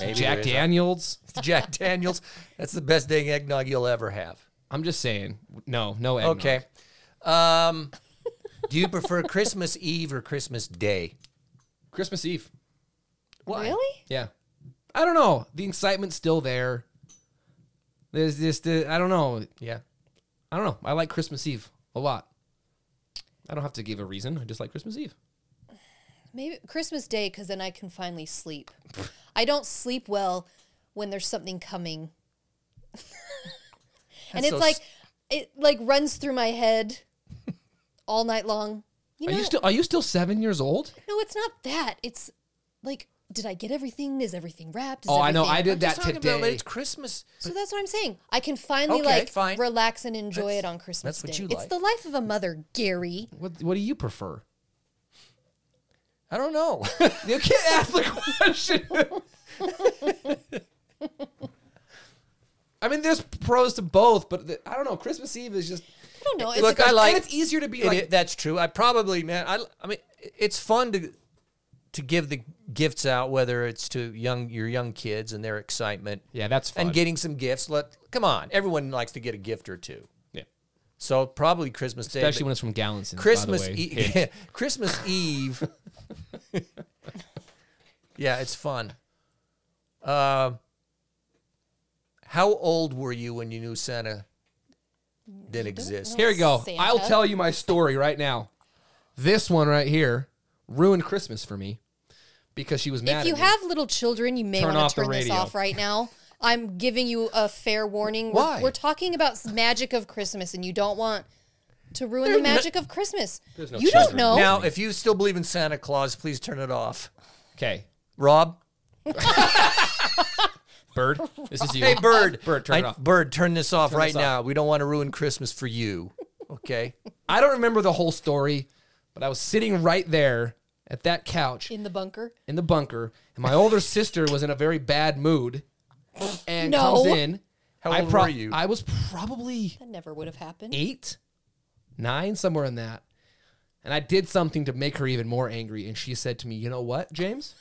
Speaker 4: Maybe
Speaker 5: Jack
Speaker 4: there is a-
Speaker 5: Daniels.
Speaker 4: It's Jack Daniels. That's the best dang eggnog you'll ever have.
Speaker 5: I'm just saying. No, no eggnog.
Speaker 4: Okay. Um, do you prefer Christmas Eve or Christmas Day?
Speaker 5: Christmas Eve.
Speaker 4: Why?
Speaker 3: Really?
Speaker 5: Yeah. I don't know. The excitement's still there. There's just, uh, I don't know.
Speaker 4: Yeah.
Speaker 5: I don't know. I like Christmas Eve a lot. I don't have to give a reason. I just like Christmas Eve.
Speaker 3: Maybe Christmas Day, because then I can finally sleep. I don't sleep well when there's something coming, and
Speaker 4: That's
Speaker 3: it's
Speaker 4: so
Speaker 3: like
Speaker 4: s-
Speaker 3: it like runs through my head all night long. You
Speaker 5: Are
Speaker 3: know,
Speaker 5: you still are you still seven years old?
Speaker 3: No, it's not that. It's like, did I get everything? Is everything wrapped? Is
Speaker 5: Oh, I know.
Speaker 3: everything-
Speaker 5: I did that
Speaker 4: Just talking about, like,
Speaker 5: today.
Speaker 4: it's Christmas.
Speaker 3: So that's what I'm saying. I can finally
Speaker 4: Okay,
Speaker 3: like
Speaker 4: fine.
Speaker 3: relax and enjoy
Speaker 4: That's-
Speaker 3: it on Christmas
Speaker 4: that's what
Speaker 3: Day.
Speaker 4: you
Speaker 3: it's
Speaker 4: like.
Speaker 3: the life of a mother, Gary.
Speaker 5: What What do you prefer?
Speaker 4: I don't know.
Speaker 5: You can't ask the question. I mean, there's pros to both, but the, I don't know. Christmas Eve is just
Speaker 3: I don't know. It's
Speaker 4: Look, I
Speaker 3: a-
Speaker 4: like.
Speaker 5: and it's easier to be
Speaker 4: It
Speaker 5: like.
Speaker 4: i- that's true. I probably, man. I, I mean, it's fun to to give the gifts out, whether it's to young your young kids and their excitement.
Speaker 5: Yeah, that's fun.
Speaker 4: and getting some gifts. Let come on, everyone likes to get a gift or two.
Speaker 5: yeah.
Speaker 4: So probably Christmas Day,
Speaker 5: especially
Speaker 4: but
Speaker 5: when it's from Gallinson.
Speaker 4: Christmas
Speaker 5: by the way.
Speaker 4: Eve. Christmas Eve. yeah, it's fun. Uh, how old were you when you knew Santa didn't exist?
Speaker 3: know.
Speaker 5: Here we go.
Speaker 3: Santa.
Speaker 5: I'll tell you my story right now. This one right here ruined Christmas for me because she was mad.
Speaker 3: if
Speaker 5: at
Speaker 3: you
Speaker 5: me.
Speaker 3: have little children, you may
Speaker 5: Turn
Speaker 3: want
Speaker 5: off
Speaker 3: to
Speaker 5: the
Speaker 3: turn this
Speaker 5: radio.
Speaker 3: off right now. I'm giving you a fair warning. We're-
Speaker 4: Why?
Speaker 3: We're, talking about s- magic of Christmas, and you don't want to ruin the magic of Christmas.
Speaker 5: no
Speaker 3: you
Speaker 5: children.
Speaker 3: don't know.
Speaker 4: Now, if you still believe in Santa Claus, please turn it off.
Speaker 5: okay,
Speaker 4: Rob,
Speaker 5: Bird, this is you.
Speaker 4: hey Bird,
Speaker 5: Bird, turn it
Speaker 4: I-
Speaker 5: off.
Speaker 4: Bird, turn this off right
Speaker 5: this off.
Speaker 4: now. We don't want to ruin Christmas for you. Okay.
Speaker 5: I don't remember the whole story, but I was sitting right there at that couch
Speaker 3: in the bunker.
Speaker 5: in the bunker, and my older sister was in a very bad mood and
Speaker 3: No.
Speaker 5: comes in,
Speaker 4: How
Speaker 5: I
Speaker 4: old
Speaker 5: pro-
Speaker 4: were you?
Speaker 5: I was probably
Speaker 3: That never would have happened.
Speaker 5: eight, nine, somewhere in that. And I did something to make her even more angry. And she said to me, You know what, James?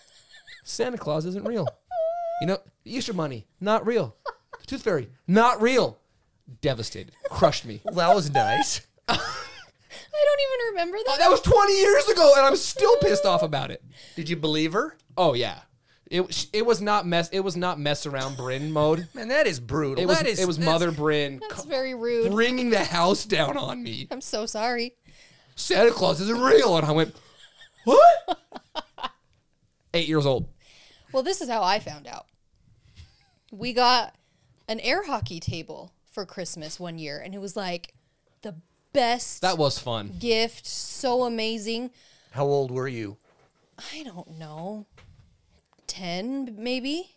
Speaker 5: Santa Claus isn't real. You know, Easter money, not real. The Tooth Fairy, not real. Devastated. Crushed me.
Speaker 4: well, that was nice.
Speaker 3: I don't even remember that.
Speaker 5: Oh, that was 20 years ago, and I'm still pissed off about it.
Speaker 4: Did you believe her?
Speaker 5: Oh, yeah. It, it was not mess it was not mess around Bryn mode.
Speaker 4: Man, that is brutal.
Speaker 5: It was
Speaker 4: That is-
Speaker 5: it was
Speaker 4: that's-
Speaker 5: Mother Bryn
Speaker 3: That's
Speaker 5: c-
Speaker 3: very rude.
Speaker 5: bringing the house down on me.
Speaker 3: I'm so sorry.
Speaker 5: Santa Claus isn't real. And I went, What? Eight years old.
Speaker 3: Well, this is how I found out. We got an air hockey table for Christmas one year, and it was like the best
Speaker 5: That was fun.
Speaker 3: gift. So amazing.
Speaker 4: How old were you?
Speaker 3: I don't know, 10 maybe?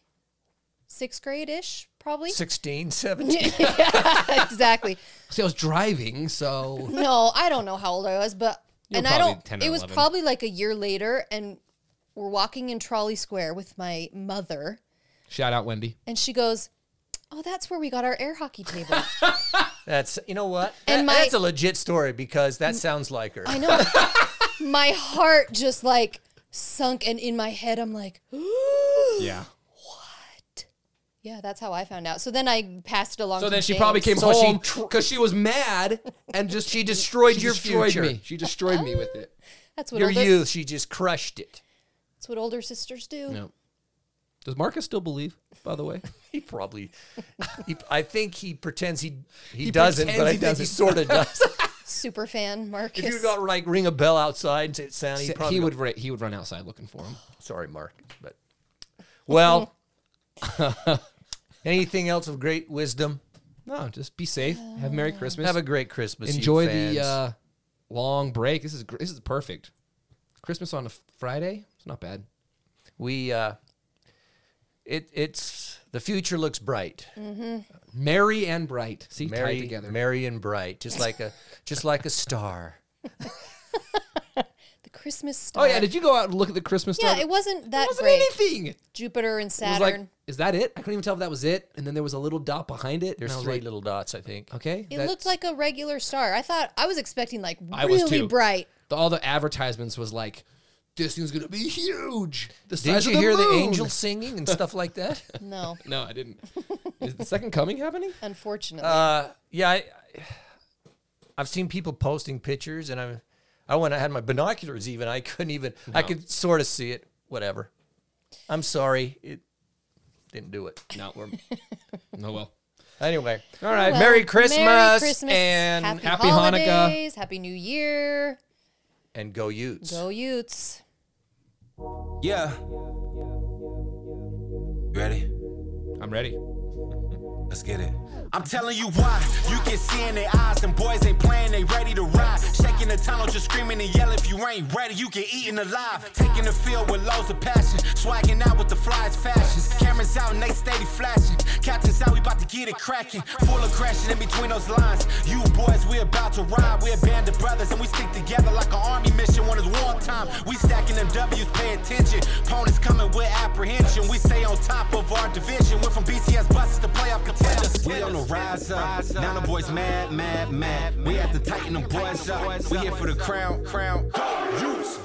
Speaker 3: Sixth grade ish, probably.
Speaker 4: 16, 17?
Speaker 3: exactly.
Speaker 5: See, I was driving, so
Speaker 3: No, I don't know how old I was, but.
Speaker 5: You were
Speaker 3: and I
Speaker 5: probably
Speaker 3: don't.
Speaker 5: 10 or
Speaker 3: it was
Speaker 5: 11.
Speaker 3: probably like a year later, and we're walking in Trolley Square with my mother.
Speaker 5: shout out Wendy.
Speaker 3: And she goes, Oh, that's where we got our air hockey table.
Speaker 4: That's, you know what?
Speaker 3: And
Speaker 4: That-
Speaker 3: my-
Speaker 4: that's a legit story because that sounds like her.
Speaker 3: I know. my heart just like sunk, and in my head, I'm like,
Speaker 5: Yeah.
Speaker 3: Yeah, that's how I found out. So then I passed it along.
Speaker 5: So
Speaker 3: to
Speaker 5: then she
Speaker 3: James.
Speaker 5: probably came
Speaker 4: So she
Speaker 5: home because she, was mad and just she
Speaker 4: destroyed your
Speaker 5: destroyed
Speaker 4: future.
Speaker 5: me. She destroyed me with it.
Speaker 3: That's what
Speaker 4: Your
Speaker 3: older,
Speaker 4: youth, she just crushed it.
Speaker 3: That's what older sisters do.
Speaker 5: No. Does Marcus still believe? By the way,
Speaker 4: He probably, he, I think he pretends he he,
Speaker 5: He
Speaker 4: doesn't,
Speaker 5: pretends
Speaker 4: but I
Speaker 5: he
Speaker 4: think he
Speaker 5: doesn't.
Speaker 4: sort of does.
Speaker 3: Super fan Marcus.
Speaker 4: if you got like ring a bell outside and say sound, he probably
Speaker 5: he
Speaker 4: go,
Speaker 5: would ri- he would run outside looking for him.
Speaker 4: Sorry, Mark, but well, anything else of great wisdom?
Speaker 5: No, just be safe. Have Merry Christmas.
Speaker 4: Have a great Christmas. you
Speaker 5: Enjoy
Speaker 4: fans.
Speaker 5: the uh, long break. This is gr- this is perfect. Christmas on a f- Friday. It's not bad.
Speaker 4: we. Uh, it it's the future looks bright.
Speaker 5: Merry and bright. See, tied
Speaker 4: Merry,
Speaker 5: together.
Speaker 4: merry and bright, just like a just like a star.
Speaker 3: the Christmas star.
Speaker 5: oh yeah, did you go out and look at the Christmas
Speaker 3: Yeah,
Speaker 5: star?
Speaker 3: it wasn't that
Speaker 5: It wasn't
Speaker 3: great.
Speaker 5: anything. It
Speaker 3: Jupiter and
Speaker 5: was
Speaker 3: Saturn.
Speaker 5: like, is that it? I couldn't even tell if that was it. And then there was a little dot behind it. and I
Speaker 4: There's
Speaker 5: was
Speaker 4: three
Speaker 5: like,
Speaker 4: little dots, I think.
Speaker 5: okay.
Speaker 3: it
Speaker 5: that's-
Speaker 3: looked like a regular star. I thought I was expecting like
Speaker 5: I was
Speaker 3: really
Speaker 5: too.
Speaker 3: bright.
Speaker 5: the, all the advertisements was like, this thing's gonna be huge. The
Speaker 4: Did
Speaker 5: size
Speaker 4: you
Speaker 5: of the
Speaker 4: hear the
Speaker 5: moon."
Speaker 4: angels singing and stuff like that?
Speaker 3: No,
Speaker 5: No, I didn't. is the second coming happening?
Speaker 3: unfortunately.
Speaker 4: Uh, yeah, I, I've seen people posting pictures, and I'm, I when I had my binoculars, even I couldn't even, I could sort of see it. Whatever. I'm sorry, it didn't do it.
Speaker 5: No, we're. no, well.
Speaker 4: Anyway,
Speaker 5: All right.
Speaker 3: Well,
Speaker 4: Merry Christmas
Speaker 3: Merry Christmas
Speaker 4: and
Speaker 3: Happy,
Speaker 5: Happy Hanukkah.
Speaker 3: Holidays, Happy New Year.
Speaker 4: and go Utes.
Speaker 3: Go Utes.
Speaker 1: Yeah. Ready?
Speaker 5: I'm ready.
Speaker 1: Let's get it. I'm telling you why. You can see in their eyes, them boys ain't playing, they ready to ride. Shaking the tunnel, just screaming and yelling. If you ain't ready, you get eaten alive. Taking the field with loads of passion. Swagging out with the flies fashions. Cameras out, and they steady flashing. Captain's out, we about to get it cracking. Full of crashing in between those lines. You boys, we about to ride. We're a band of brothers, and we stick together like an army mission when it's wartime. We stacking them W's, pay attention. Opponents coming with apprehension. We stay on top of our division. Went from BCS buses to playoff contenders. We on the rise up. Now the boys mad, mad, mad. We have to tighten them boys up. We here for the crown, crown.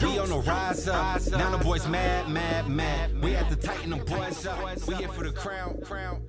Speaker 1: We on the rise up. Now the boys mad, mad, mad. We have to tighten them boys up. We here for the crown, crown.